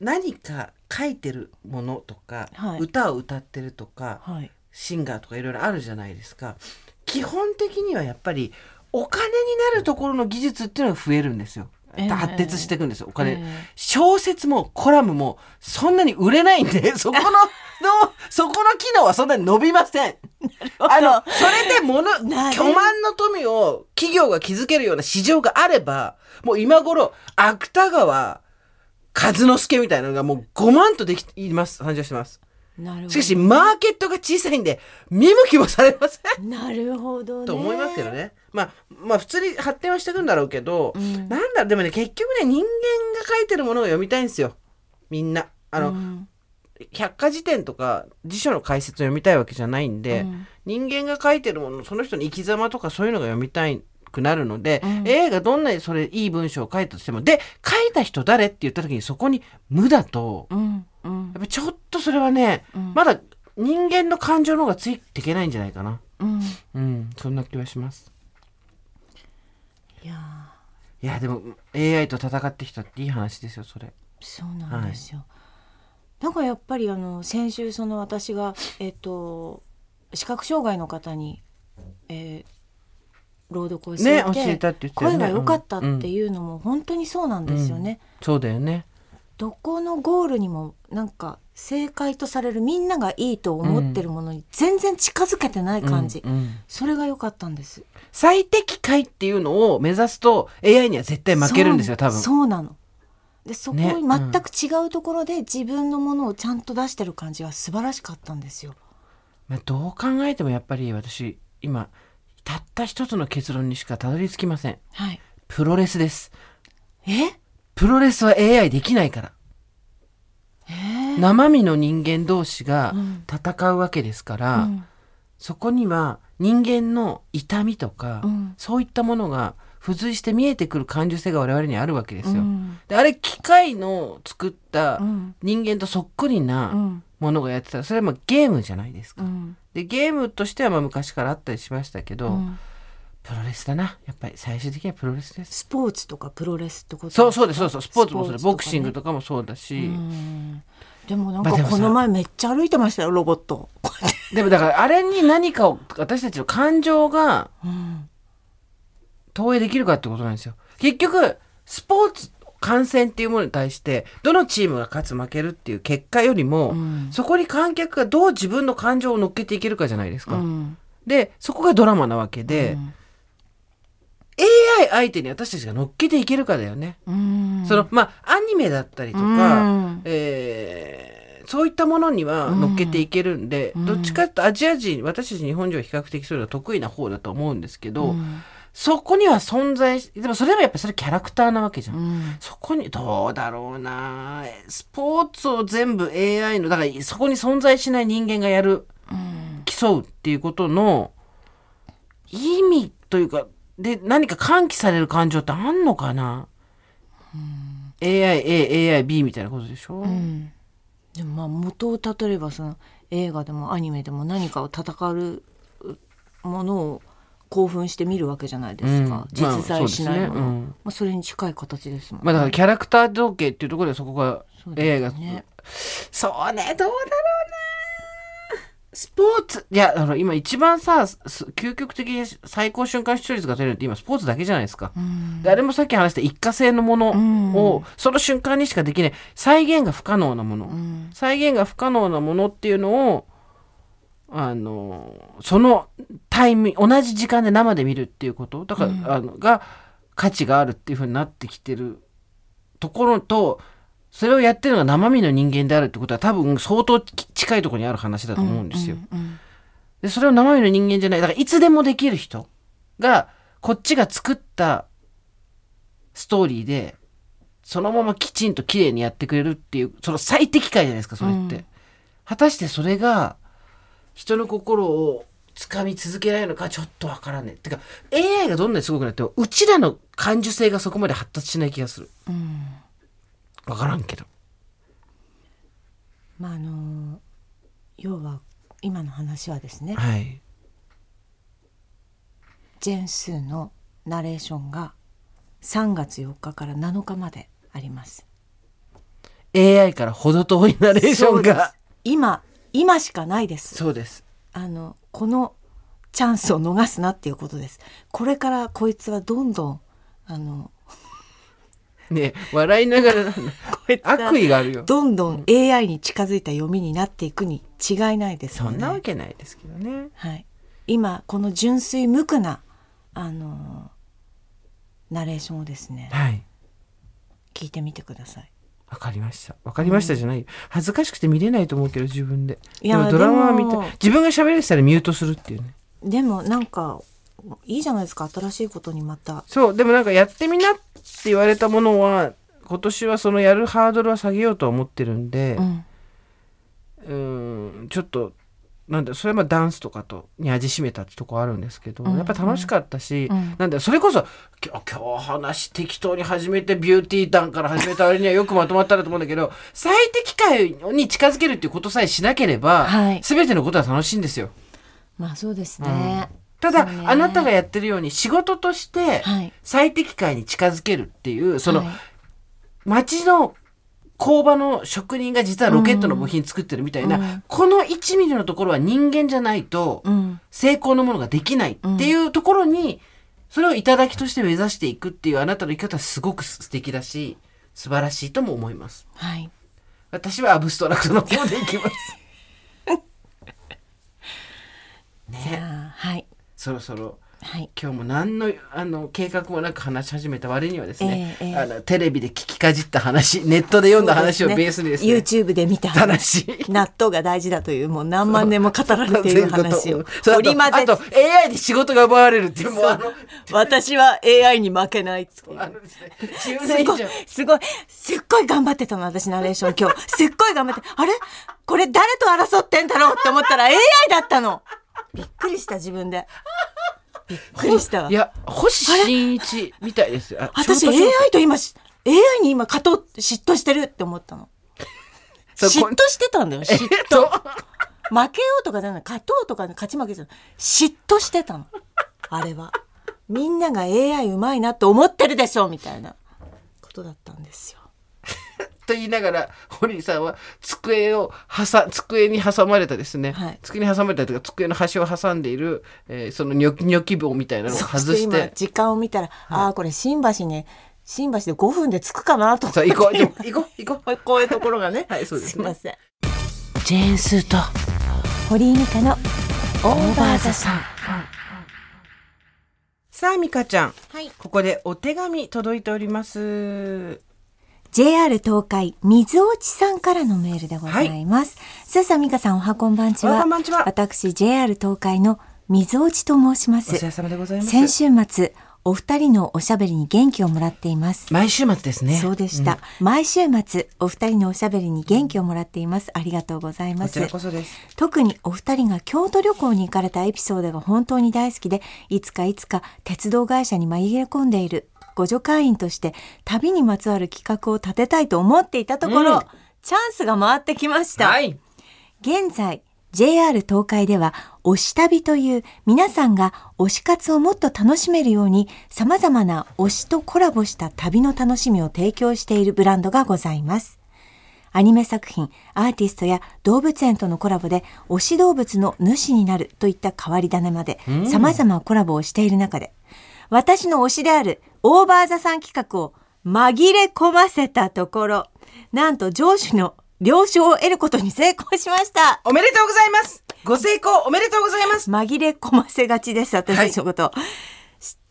Speaker 1: 何か書いてるものとか、
Speaker 2: はい
Speaker 1: 歌を歌ってるとか、
Speaker 2: はい
Speaker 1: シンガーとかいろいろあるじゃないですか基本的にはやっぱりお金になるところの技術っていうのが増えるんですよ。
Speaker 2: ええ
Speaker 1: 発達していくんですよお金、
Speaker 2: ええ
Speaker 1: 小説もコラムもそんなに売れないんで そこののそこの機能はそんなに伸びません。あのそれで物巨
Speaker 2: なる
Speaker 1: 万の富を企業が築けるような市場があればもう今頃芥川和之助みたいなのがもう5万とできています繁盛してます。
Speaker 2: なるほど
Speaker 1: しかしマーケットが小さいんで見向きもされません
Speaker 2: なるほどね
Speaker 1: と思いますけどね。まあまあ普通に発展はしていくんだろうけど、
Speaker 2: うん
Speaker 1: なんだでもね結局ね人間が書いてるものを読みたいんですよみんな。あの、
Speaker 2: うん
Speaker 1: 百科事典とか辞書の解説を読みたいわけじゃないんで、
Speaker 2: うん
Speaker 1: 人間が書いてるものその人の生き様とかそういうのが読みたいくなるので、
Speaker 2: うん
Speaker 1: AI がどんなにそれいい文章を書いたとしてもで書いた人誰って言った時にそこに無だと
Speaker 2: うんうん
Speaker 1: やっぱちょっとそれはね、
Speaker 2: うん
Speaker 1: まだ人間の感情の方がついていけないんじゃないかな。
Speaker 2: うん
Speaker 1: うん、そんな気はします。
Speaker 2: いやー
Speaker 1: いや、でも AI と戦ってきたっていい話ですよ、それ。
Speaker 2: そうなんですよ。なんかやっぱりあの先週その私がえっと視覚障害の方に、えー朗読を教え
Speaker 1: ね
Speaker 2: て,、
Speaker 1: 教えたって言ってたよ
Speaker 2: 声
Speaker 1: ね
Speaker 2: が良かったっていうのも本当にそうなんですよね。
Speaker 1: そうだよね。
Speaker 2: どこのゴールにもなんか正解とされるみんながいいと思ってるものに全然近づけてない感じ、
Speaker 1: うんうん
Speaker 2: それが良かったんです。
Speaker 1: 最適解っていうのを目指すと AI には絶対負けるんです
Speaker 2: そ
Speaker 1: よ、
Speaker 2: う
Speaker 1: 多分。
Speaker 2: そうなの。でそこに
Speaker 1: ね
Speaker 2: 全
Speaker 1: うん
Speaker 2: く違うところで自分のものをちゃんと出してる感じが素晴らしかったんですよ。
Speaker 1: まあ、どう考えてもやっぱり私、今、たった一つの結論にしかたどり着きません。
Speaker 2: はい。
Speaker 1: プロレスです。
Speaker 2: え？
Speaker 1: プロレスは AI できないから。生身の人間同士が
Speaker 2: うん
Speaker 1: 戦うわけですから、
Speaker 2: うん
Speaker 1: そこには人間の痛みとか、
Speaker 2: うん
Speaker 1: そういったものが付随して見えてくる感受性が我々にあるわけですよ。
Speaker 2: うん
Speaker 1: であれ機械の作った
Speaker 2: うん
Speaker 1: 人間とそっくり
Speaker 2: う
Speaker 1: なんものがやってたらそれはまあゲームじゃないです
Speaker 2: う
Speaker 1: か。
Speaker 2: ん
Speaker 1: でゲームとしてはまあ昔からあったりしましたけど、
Speaker 2: うん
Speaker 1: プロレスだなやっぱり最終的にはプロレスです。
Speaker 2: スポーツとかプロレスってこと
Speaker 1: そうそうですそうそうスポーツもそうです
Speaker 2: スポーツとかね
Speaker 1: ボクシングとかもそうだし、
Speaker 2: うんでもなん
Speaker 1: まあで
Speaker 2: か
Speaker 1: もさ
Speaker 2: この前めっちゃ歩いてましたよロボットこうやって
Speaker 1: でもだからあれに何かを私たちの感情が
Speaker 2: うん
Speaker 1: 投影できるかってことなんですよ。結局、スポーツ、観戦っていうものに対して、どのチームが勝つ負けるっていう結果よりも、
Speaker 2: うん
Speaker 1: そこに観客がどう自分の感情を乗っけていけるかじゃないですか。
Speaker 2: うん
Speaker 1: でそこがドラマなわけで、AI 相手に私たちが乗っけていけるかだよね。
Speaker 2: うん
Speaker 1: そのまあアニメだったりと
Speaker 2: う
Speaker 1: か、
Speaker 2: ん
Speaker 1: えーそういったものには乗っけていけるんで、どっちかっていうとアジア人私たち日本人は比較的そういうのは得意な方だと思うんですけど、そこには存在しでもそれはやっぱそれキャラクターなわけじゃん。そこにどうだろうなスポーツを全部 AI のだからそこに存在しない人間がやる競うっていうことの意味というかで何か喚起される感情ってあんのかな ?AIAAIB みたいなことでしょ、
Speaker 2: うんでもまあ元をたどればその映画でもアニメでも何かを戦うものを興奮して見るわけじゃないですか、
Speaker 1: うん
Speaker 2: 実在しないもの、
Speaker 1: まあそうですねうん
Speaker 2: まあ、それに近い形ですもん、
Speaker 1: まあだからキャラクター造形っていうところでそこが
Speaker 2: そうで
Speaker 1: AI
Speaker 2: す
Speaker 1: が
Speaker 2: ね
Speaker 1: そうねどうだろうなスポーツいやあの今一番さす究極的に最高瞬間視聴率が取れるのって今スポーツだけじゃないですか、
Speaker 2: うん
Speaker 1: 誰もさっき話した一過性のもの
Speaker 2: ん
Speaker 1: を、その瞬間にしかできない再現が不可能なもの、
Speaker 2: うん
Speaker 1: 再現が不可能なものっていうのをあのそのタイミング同じ時間で生で見るっていうことだから、あのが価値があるっていうふうになってきてるところとそれをやってるのが生身の人間であるってことは多分相当き近いところにある話だと思うんですよ。
Speaker 2: うん
Speaker 1: でそれを生身の人間じゃないだからいつでもできる人がこっちが作ったストーリーでそのままきちんと綺麗にやってくれるっていうその最適解じゃないですかそれって、
Speaker 2: うん
Speaker 1: 果たしてそれが人の心を掴み続けられるのかちょっとわからねえてか AI がどんなにすごくなってもうちらの感受性がそこまで発達しない気がする
Speaker 2: うん
Speaker 1: わからんけど
Speaker 2: まああの要は今の話はですね
Speaker 1: はい
Speaker 2: ジェンスーのナレーションが3月4日から7日まであります
Speaker 1: AI から程遠いナレーション
Speaker 2: そうです
Speaker 1: が
Speaker 2: 今今しかないです
Speaker 1: そうです
Speaker 2: あのこのチャンスを逃すなっていうことですこれからこいつはどんどんあの
Speaker 1: ねえ笑いながらなんだ
Speaker 2: こいつは
Speaker 1: 悪意があるよ
Speaker 2: どんどん AI に近づいた読みになっていくに違いないです
Speaker 1: そ
Speaker 2: もん
Speaker 1: ん
Speaker 2: ね
Speaker 1: なわけないですけどね。
Speaker 2: はい、今この純粋無垢なあのナレーションをですね
Speaker 1: はい。
Speaker 2: 聞いてみてください
Speaker 1: わかりました。わかりましたじゃないよ。恥ずかしくて見れないと思うけど、自分で。
Speaker 2: いや
Speaker 1: でもドラマは見
Speaker 2: で
Speaker 1: た
Speaker 2: も
Speaker 1: い。自分が喋れてたらミュートするっていうね。
Speaker 2: でもなんかいいじゃないですか新しいことにまた
Speaker 1: そう、でもなんかやってみなって言われたものは、今年はそのやるハードルは下げようとは思ってるんで
Speaker 2: う、ん
Speaker 1: うーん、ちょっと、なんだそれはまあダンスとかとに味しめたってとこあるんですけど、
Speaker 2: ん
Speaker 1: やっぱ楽しかったし、
Speaker 2: うん
Speaker 1: なんだそれこそ今日今日話適当に始めてビューティー団から始めた割にはよくまとまったなと思うんだけど最適解に近づけるっていうことさえしなければ、
Speaker 2: はい
Speaker 1: 全てのことは楽しいんですよ。
Speaker 2: まあそうですね、
Speaker 1: ただ、
Speaker 2: そうね
Speaker 1: あなたがやってるように仕事として
Speaker 2: はい
Speaker 1: 最適解に近づけるっていうその
Speaker 2: はい
Speaker 1: 町の工場の職人が実はロケットの部品作ってるみたいな、
Speaker 2: うん
Speaker 1: この1ミリのところは人間じゃないと
Speaker 2: うん
Speaker 1: 成功のものができないっていうところに、それを頂きとして目指していくっていうあなたの生き方はすごく素敵だし素晴らしいとも思います
Speaker 2: はい
Speaker 1: 私はアブストラクトの方でいきます
Speaker 2: じ
Speaker 1: ね
Speaker 2: ゃあはい
Speaker 1: そろそろ
Speaker 2: はい
Speaker 1: 今日も何のあの計画もなく話し始めた割にはですね、
Speaker 2: ええええ
Speaker 1: あのテレビで聞きかじった話ネットで読んだ話をベースにですね
Speaker 2: YouTube で見た
Speaker 1: 話
Speaker 2: 納豆が大事だというもう何万年も語られている話を
Speaker 1: そう
Speaker 2: 織り交ぜ
Speaker 1: あとあと AI に仕事が奪われるっていうもうあの
Speaker 2: 私は AI に負けないっていう
Speaker 1: あのですね
Speaker 2: す
Speaker 1: 10年以
Speaker 2: ごい
Speaker 1: 上、
Speaker 2: すごい、すっごい頑張ってたの、私ナレーション今日。すっごい頑張って、あれこれ誰と争ってんだろうって思ったら AI だったの。びっくりした、自分で。びっくりしたわ
Speaker 1: い。や星新一みたいですよあ
Speaker 2: 私
Speaker 1: ショートショー
Speaker 2: AI と今し、AI に今勝とう、嫉妬してるって思ったの。
Speaker 1: そう
Speaker 2: 嫉
Speaker 1: こん
Speaker 2: 妬してたんだよ、
Speaker 1: え
Speaker 2: 嫉
Speaker 1: っ
Speaker 2: 妬。
Speaker 1: と
Speaker 2: 負けようとかじゃない、勝とうとか勝ち負けじゃない。嫉妬してたの。あれは。みんなが AI うまいなって思ってるでしょ、みたいなことだったんですよ。
Speaker 1: と言いながら堀さんは机を挟机に挟まれたですね、
Speaker 2: はい
Speaker 1: 机に挟まれたというか机の端を挟んでいる、えーそのニョキニョキ棒みたいなのを
Speaker 2: そ
Speaker 1: 外
Speaker 2: して
Speaker 1: して
Speaker 2: 今時間を見たら、ああこれ新橋ね新橋で5分で着くかなと思
Speaker 1: さ
Speaker 2: っ
Speaker 1: あ
Speaker 2: て
Speaker 1: 行こう行こう 行こう行こ
Speaker 2: う こういうところがね
Speaker 1: はいそうです
Speaker 2: い
Speaker 1: ね
Speaker 2: ません
Speaker 1: うジェーンスーと
Speaker 2: 堀井美香の
Speaker 1: オーバーザさんさあ、ミカちゃん。
Speaker 2: はい。
Speaker 1: ここでお手紙届いております。
Speaker 2: JR 東海、水落さんからのメールでございます。スーさん、ミカさん、おはこんばんち
Speaker 1: おは
Speaker 2: は。
Speaker 1: こんばんちは
Speaker 2: 私、JR 東海の水落と申しま
Speaker 1: お世話
Speaker 2: す。
Speaker 1: 様でございます。
Speaker 2: 先週末、お二人のおしゃべりに元気をもらっています。
Speaker 1: 毎週末ですね。
Speaker 2: そうでした、毎週末お二人のおしゃべりに元気をもらっていますありがとうございま
Speaker 1: こ
Speaker 2: す
Speaker 1: ちらこそです。
Speaker 2: 特にお二人が京都旅行に行かれたエピソードが本当に大好きでいつかいつか鉄道会社に紛れ込んでいるご助会員として旅にまつわる企画を立てたいと思っていたところ、
Speaker 1: うん
Speaker 2: チャンスが回ってきました、
Speaker 1: はい。
Speaker 2: 現在 JR 東海では推し旅という皆さんが推し活をもっと楽しめるように様々な推しとコラボした旅の楽しみを提供しているブランドがございます。アニメ作品、アーティストや動物園とのコラボで推し動物の主になるといった変わり種まで様々なコラボをしている中で、私の推しであるオーバーザさん企画を紛れ込ませたところ、なんと上司の了承を得ることに成功しました。
Speaker 1: おめでとうございます。ご成功おめでとうございます。
Speaker 2: 紛れ込ませがちです、私たちのことを。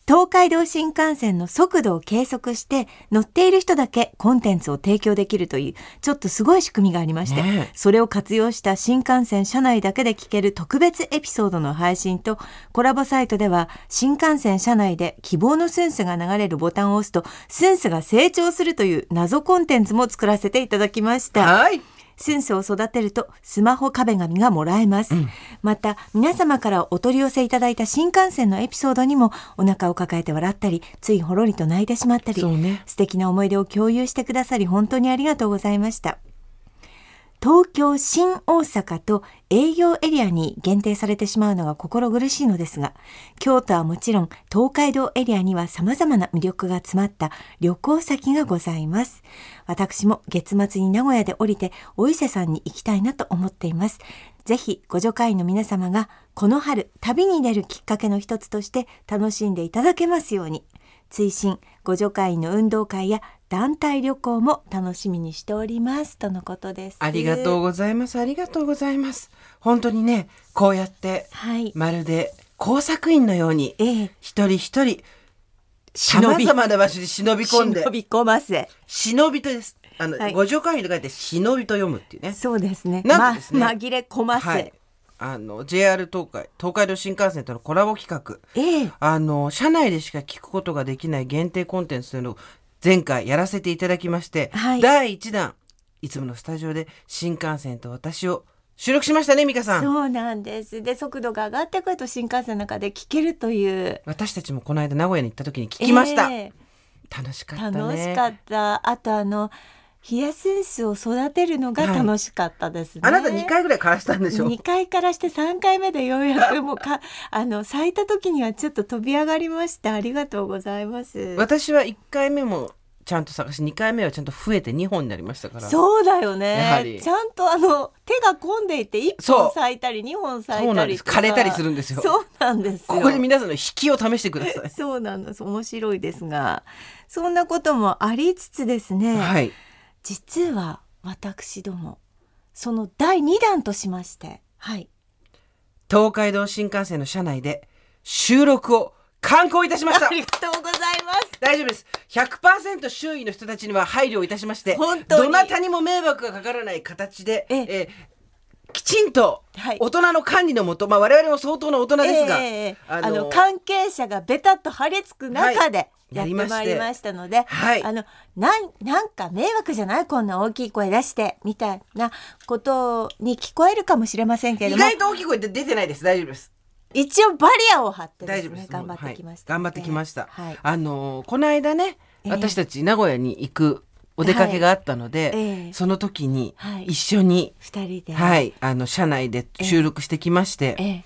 Speaker 2: 東海道新幹線の速度を計測して乗っている人だけコンテンツを提供できるというちょっとすごい仕組みがありまして、
Speaker 1: ねえ
Speaker 2: それを活用した新幹線車内だけで聞ける特別エピソードの配信とコラボサイトでは新幹線車内で希望のスンスが流れるボタンを押すとスンスが成長するという謎コンテンツも作らせていただきました。
Speaker 1: はい。
Speaker 2: スンスを育てるとスマホ壁紙がもらえます、また皆様からお取り寄せいただいた新幹線のエピソードにもお腹を抱えて笑ったりついほろりと泣いてしまったり、
Speaker 1: そうね
Speaker 2: 素敵な思い出を共有してくださり本当にありがとうございました東京新大阪と営業エリアに限定されてしまうのが心苦しいのですが京都はもちろん東海道エリアには様々な魅力が詰まった旅行先がございます私も月末に名古屋で降りてお伊勢さんに行きたいなと思っていますぜひご助会員の皆様がこの春旅に出るきっかけの一つとして楽しんでいただけますように追伸ご助会員の運動会や団体旅行も楽しみにしておりますとのことです
Speaker 1: ありがとうございます。ありがとうございます。本当にね、こうやって、
Speaker 2: はい。
Speaker 1: まるで工作員のように、
Speaker 2: ええ、
Speaker 1: 一人一人、
Speaker 2: 忍び
Speaker 1: 様々な場所に忍び込んで
Speaker 2: 忍、び込ませ。
Speaker 1: 忍びとです。あの、
Speaker 2: はい
Speaker 1: ご助会員と書いて忍びと読むっていうね。
Speaker 2: そうですね。
Speaker 1: なんとですね
Speaker 2: ま、紛れ込ませ。
Speaker 1: はい。あの、JR 東海、東海道新幹線とのコラボ企画。
Speaker 2: ええ、
Speaker 1: あの、車内でしか聞くことができない限定コンテンツというのを前回やらせていただきまして、
Speaker 2: はい
Speaker 1: 第1弾、いつものスタジオで新幹線と私を収録しましたね、美香さん。
Speaker 2: そうなんです。で、速度が上がってくると新幹線の中で聞けるという。
Speaker 1: 私たちもこの間名古屋に行った時に聞きました。
Speaker 2: え
Speaker 1: 楽しか
Speaker 2: え
Speaker 1: ったね。
Speaker 2: 楽しかった。あとあの、ヒヤセンスを育てるのが楽しかったですね。
Speaker 1: あなた2回ぐらい枯らしたんでしょ
Speaker 2: 二回からして三回目でようやくもうかあの咲いた時にはちょっと飛び上がりましたありがとうございます
Speaker 1: 私は1回目もちゃんと探し、2回目はちゃんと増えて2本になりましたから。
Speaker 2: そうだよ
Speaker 1: やはり
Speaker 2: ね。ちゃんとあの手が込んでいて一
Speaker 1: そ
Speaker 2: 本
Speaker 1: う
Speaker 2: 咲いたり二本咲
Speaker 1: そ
Speaker 2: いう
Speaker 1: な
Speaker 2: た
Speaker 1: んで
Speaker 2: り
Speaker 1: す
Speaker 2: とか
Speaker 1: 枯れたりするんですよ
Speaker 2: そうなんですよ。
Speaker 1: ここで皆さんの引きを試してください。
Speaker 2: そうなんです。面白いですが、そんなこともありつつですね。
Speaker 1: はい。
Speaker 2: 実は私どもその第二弾としまして、はい。
Speaker 1: 東海道新幹線の車内で収録を刊行いたしました
Speaker 2: ありがとうございます。
Speaker 1: 大丈夫です100%周囲の人たちには配慮をいたしまして
Speaker 2: 本当に
Speaker 1: どなたにも迷惑がかからない形で、
Speaker 2: え
Speaker 1: え
Speaker 2: え
Speaker 1: ーきちんと
Speaker 2: はい
Speaker 1: 大人の管理のもと、まあ、我々も相当な大人ですが、
Speaker 2: ええあ
Speaker 1: あ
Speaker 2: の
Speaker 1: の
Speaker 2: 関係者がべたっと張り付く中
Speaker 1: は
Speaker 2: で
Speaker 1: い
Speaker 2: や
Speaker 1: や
Speaker 2: って
Speaker 1: りまして
Speaker 2: まいりましたので、
Speaker 1: はい
Speaker 2: あのなんなんか迷惑じゃないこんな大きい声出してみたいなことに聞こえるかもしれませんけれ
Speaker 1: 意
Speaker 2: ども
Speaker 1: 外と大きい声で出てないです大丈夫です
Speaker 2: 一応バリアを張ってで
Speaker 1: 大
Speaker 2: す
Speaker 1: 丈夫で
Speaker 2: ね
Speaker 1: す
Speaker 2: 頑張ってきましたの
Speaker 1: はい
Speaker 2: で、
Speaker 1: 頑張ってきました、
Speaker 2: はい
Speaker 1: あのーこの間ね
Speaker 2: ええ
Speaker 1: 私たち名古屋に行くお出かけがあったので、
Speaker 2: はいええ
Speaker 1: その時に
Speaker 2: はい
Speaker 1: 一緒に、
Speaker 2: 二人で、
Speaker 1: はいい、あの、社内で収録してきまして、
Speaker 2: ええ、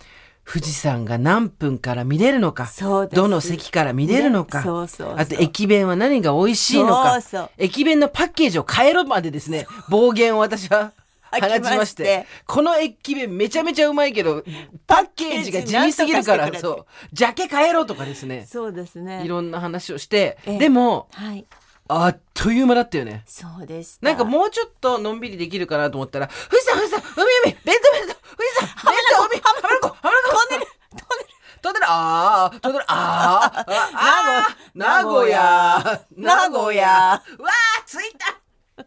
Speaker 1: 富士山が何分から見れるのか、
Speaker 2: そうです
Speaker 1: どの席から見れるのか、
Speaker 2: ねそうそうそう
Speaker 1: あと駅弁は何が美味しいのか、
Speaker 2: そうそう
Speaker 1: 駅弁のパッケージを変えろまでですね、暴言を私は放
Speaker 2: 吐きまして
Speaker 1: ちまして、この駅弁めちゃめちゃうまいけど、パッケージが地味すぎるか
Speaker 2: パッケージなんとかしてくれ
Speaker 1: ら、そう、ジャケ変えろとかですね、
Speaker 2: そうですね
Speaker 1: いろんな話をして、
Speaker 2: ええ
Speaker 1: でも、
Speaker 2: はい
Speaker 1: あっという間だったよね。
Speaker 2: そうでした
Speaker 1: なんかもうちょっとのんびりできるかなと思ったら、富士山、富士山、海海、ベントベント、富士山、ベント海、浜名湖、浜名湖、
Speaker 2: トンネル
Speaker 1: トンあー、トトロ、あー、あー、名
Speaker 2: 名
Speaker 1: 古
Speaker 2: 古
Speaker 1: 屋、名
Speaker 2: 名
Speaker 1: 古
Speaker 2: 古
Speaker 1: 屋。
Speaker 2: 屋
Speaker 1: わー、着いた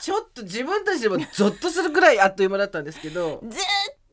Speaker 1: ちょっと自分たちでもゾッとするくらいあっという間だったんですけど。
Speaker 2: ずっ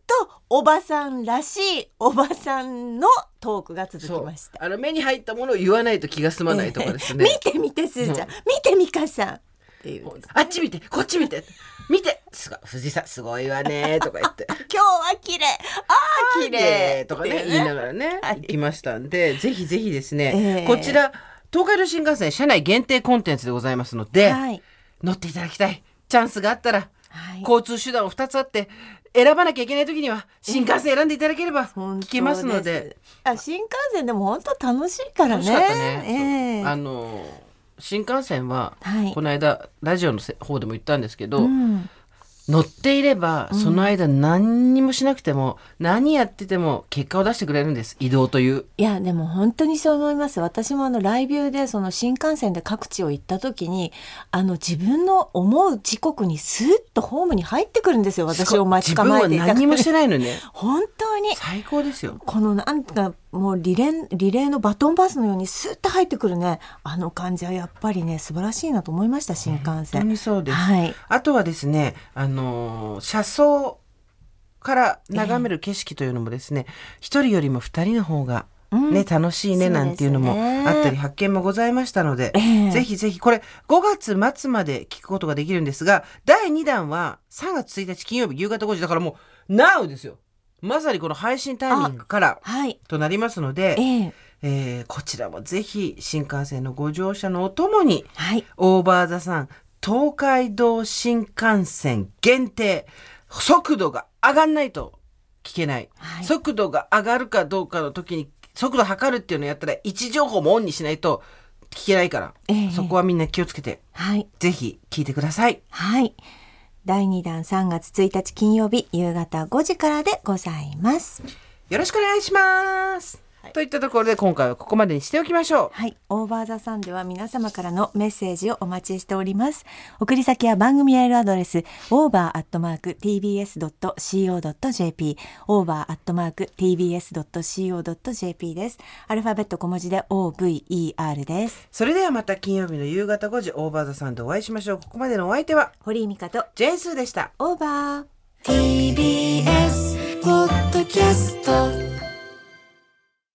Speaker 2: とおばさんらしいおばさんのトークが続きました。
Speaker 1: あの、目に入ったものを言わないと気が済まないとかですね。
Speaker 2: 見てみてすーちゃん、見てみかさんっていうですね
Speaker 1: あっち見て、こっち見て、見て、すごい、富士山すごいわね、とか言って。
Speaker 2: 今日は綺麗ああ 綺麗
Speaker 1: とかね
Speaker 2: っていう
Speaker 1: 言いながらね、
Speaker 2: はい
Speaker 1: 行きましたんでぜひぜひですね、
Speaker 2: ええ
Speaker 1: こちら東海道新幹線車内限定コンテンツでございますので、
Speaker 2: はい
Speaker 1: 乗っていただきたいチャンスがあったら、
Speaker 2: はい
Speaker 1: 交通手段を2つあって選ばなきゃいけない時には新幹線選んでいただければ
Speaker 2: 本当
Speaker 1: 聞けますので。
Speaker 2: すあ新幹線でも本当楽しいから
Speaker 1: 楽
Speaker 2: ね
Speaker 1: しかったね
Speaker 2: ええ
Speaker 1: そうあの新幹線は、
Speaker 2: はい
Speaker 1: この間ラジオのせ方でも言ったんですけど、
Speaker 2: うん
Speaker 1: 乗っていればその間何にもしなくても、何やってても結果を出してくれるんです移動という。
Speaker 2: いやでも本当にそう思います私もあのライビューでその新幹線で各地を行った時にあの自分の思う時刻にスーッとホームに入ってくるんですよ私を待ち構えていた
Speaker 1: 自分は何もして
Speaker 2: ら
Speaker 1: ないのね
Speaker 2: 本当に
Speaker 1: 最高ですよ
Speaker 2: このなんかもうリレーリレーのバトンパスのようにスッと入ってくるねあの感じはやっぱりね素晴らしいなと思いました新幹
Speaker 1: 本当に
Speaker 2: 線。
Speaker 1: そうです、
Speaker 2: はい
Speaker 1: あとはですねあのー車窓から眺める景色というのもですね一、人よりも二人の方がね、楽しいね
Speaker 2: そうですね
Speaker 1: なんていうのもあったり発見もございましたので、
Speaker 2: ええ
Speaker 1: ぜひぜひこれ5月末まで聞くことができるんですが第2弾は3月1日金曜日夕方5時だからもう NOW ですよまさにこの配信タイミングから
Speaker 2: はい
Speaker 1: となりますので、
Speaker 2: ええ
Speaker 1: えーこちらもぜひ新幹線のご乗車のお供に
Speaker 2: はい
Speaker 1: オーバーザさん東海道新幹線限定速度が上がんないと聞けない、
Speaker 2: はい
Speaker 1: 速度が上がるかどうかの時に速度測るっていうのをやったら位置情報もオンにしないと聞けないから、
Speaker 2: ええ
Speaker 1: そこはみんな気をつけて
Speaker 2: はい
Speaker 1: ぜひ聞いてください
Speaker 2: はい第2弾3月1日金曜日夕方5時からでございます。
Speaker 1: よろしくお願いします、といったところで今回はここまでにしておきましょう
Speaker 2: はい、オーバーザさんでは皆様からのメッセージをお待ちしております。送り先は番組メールアドレス over@tbs.co.jp over@tbs.co.jp です。アルファベット小文字で over です。
Speaker 1: それではまた金曜日の夕方5時オーバーザさんでお会いしましょうここまでのお相手は
Speaker 2: 堀井美香と
Speaker 1: ジェーンスーでした
Speaker 2: オーバー。
Speaker 3: TBS ポッドキャスト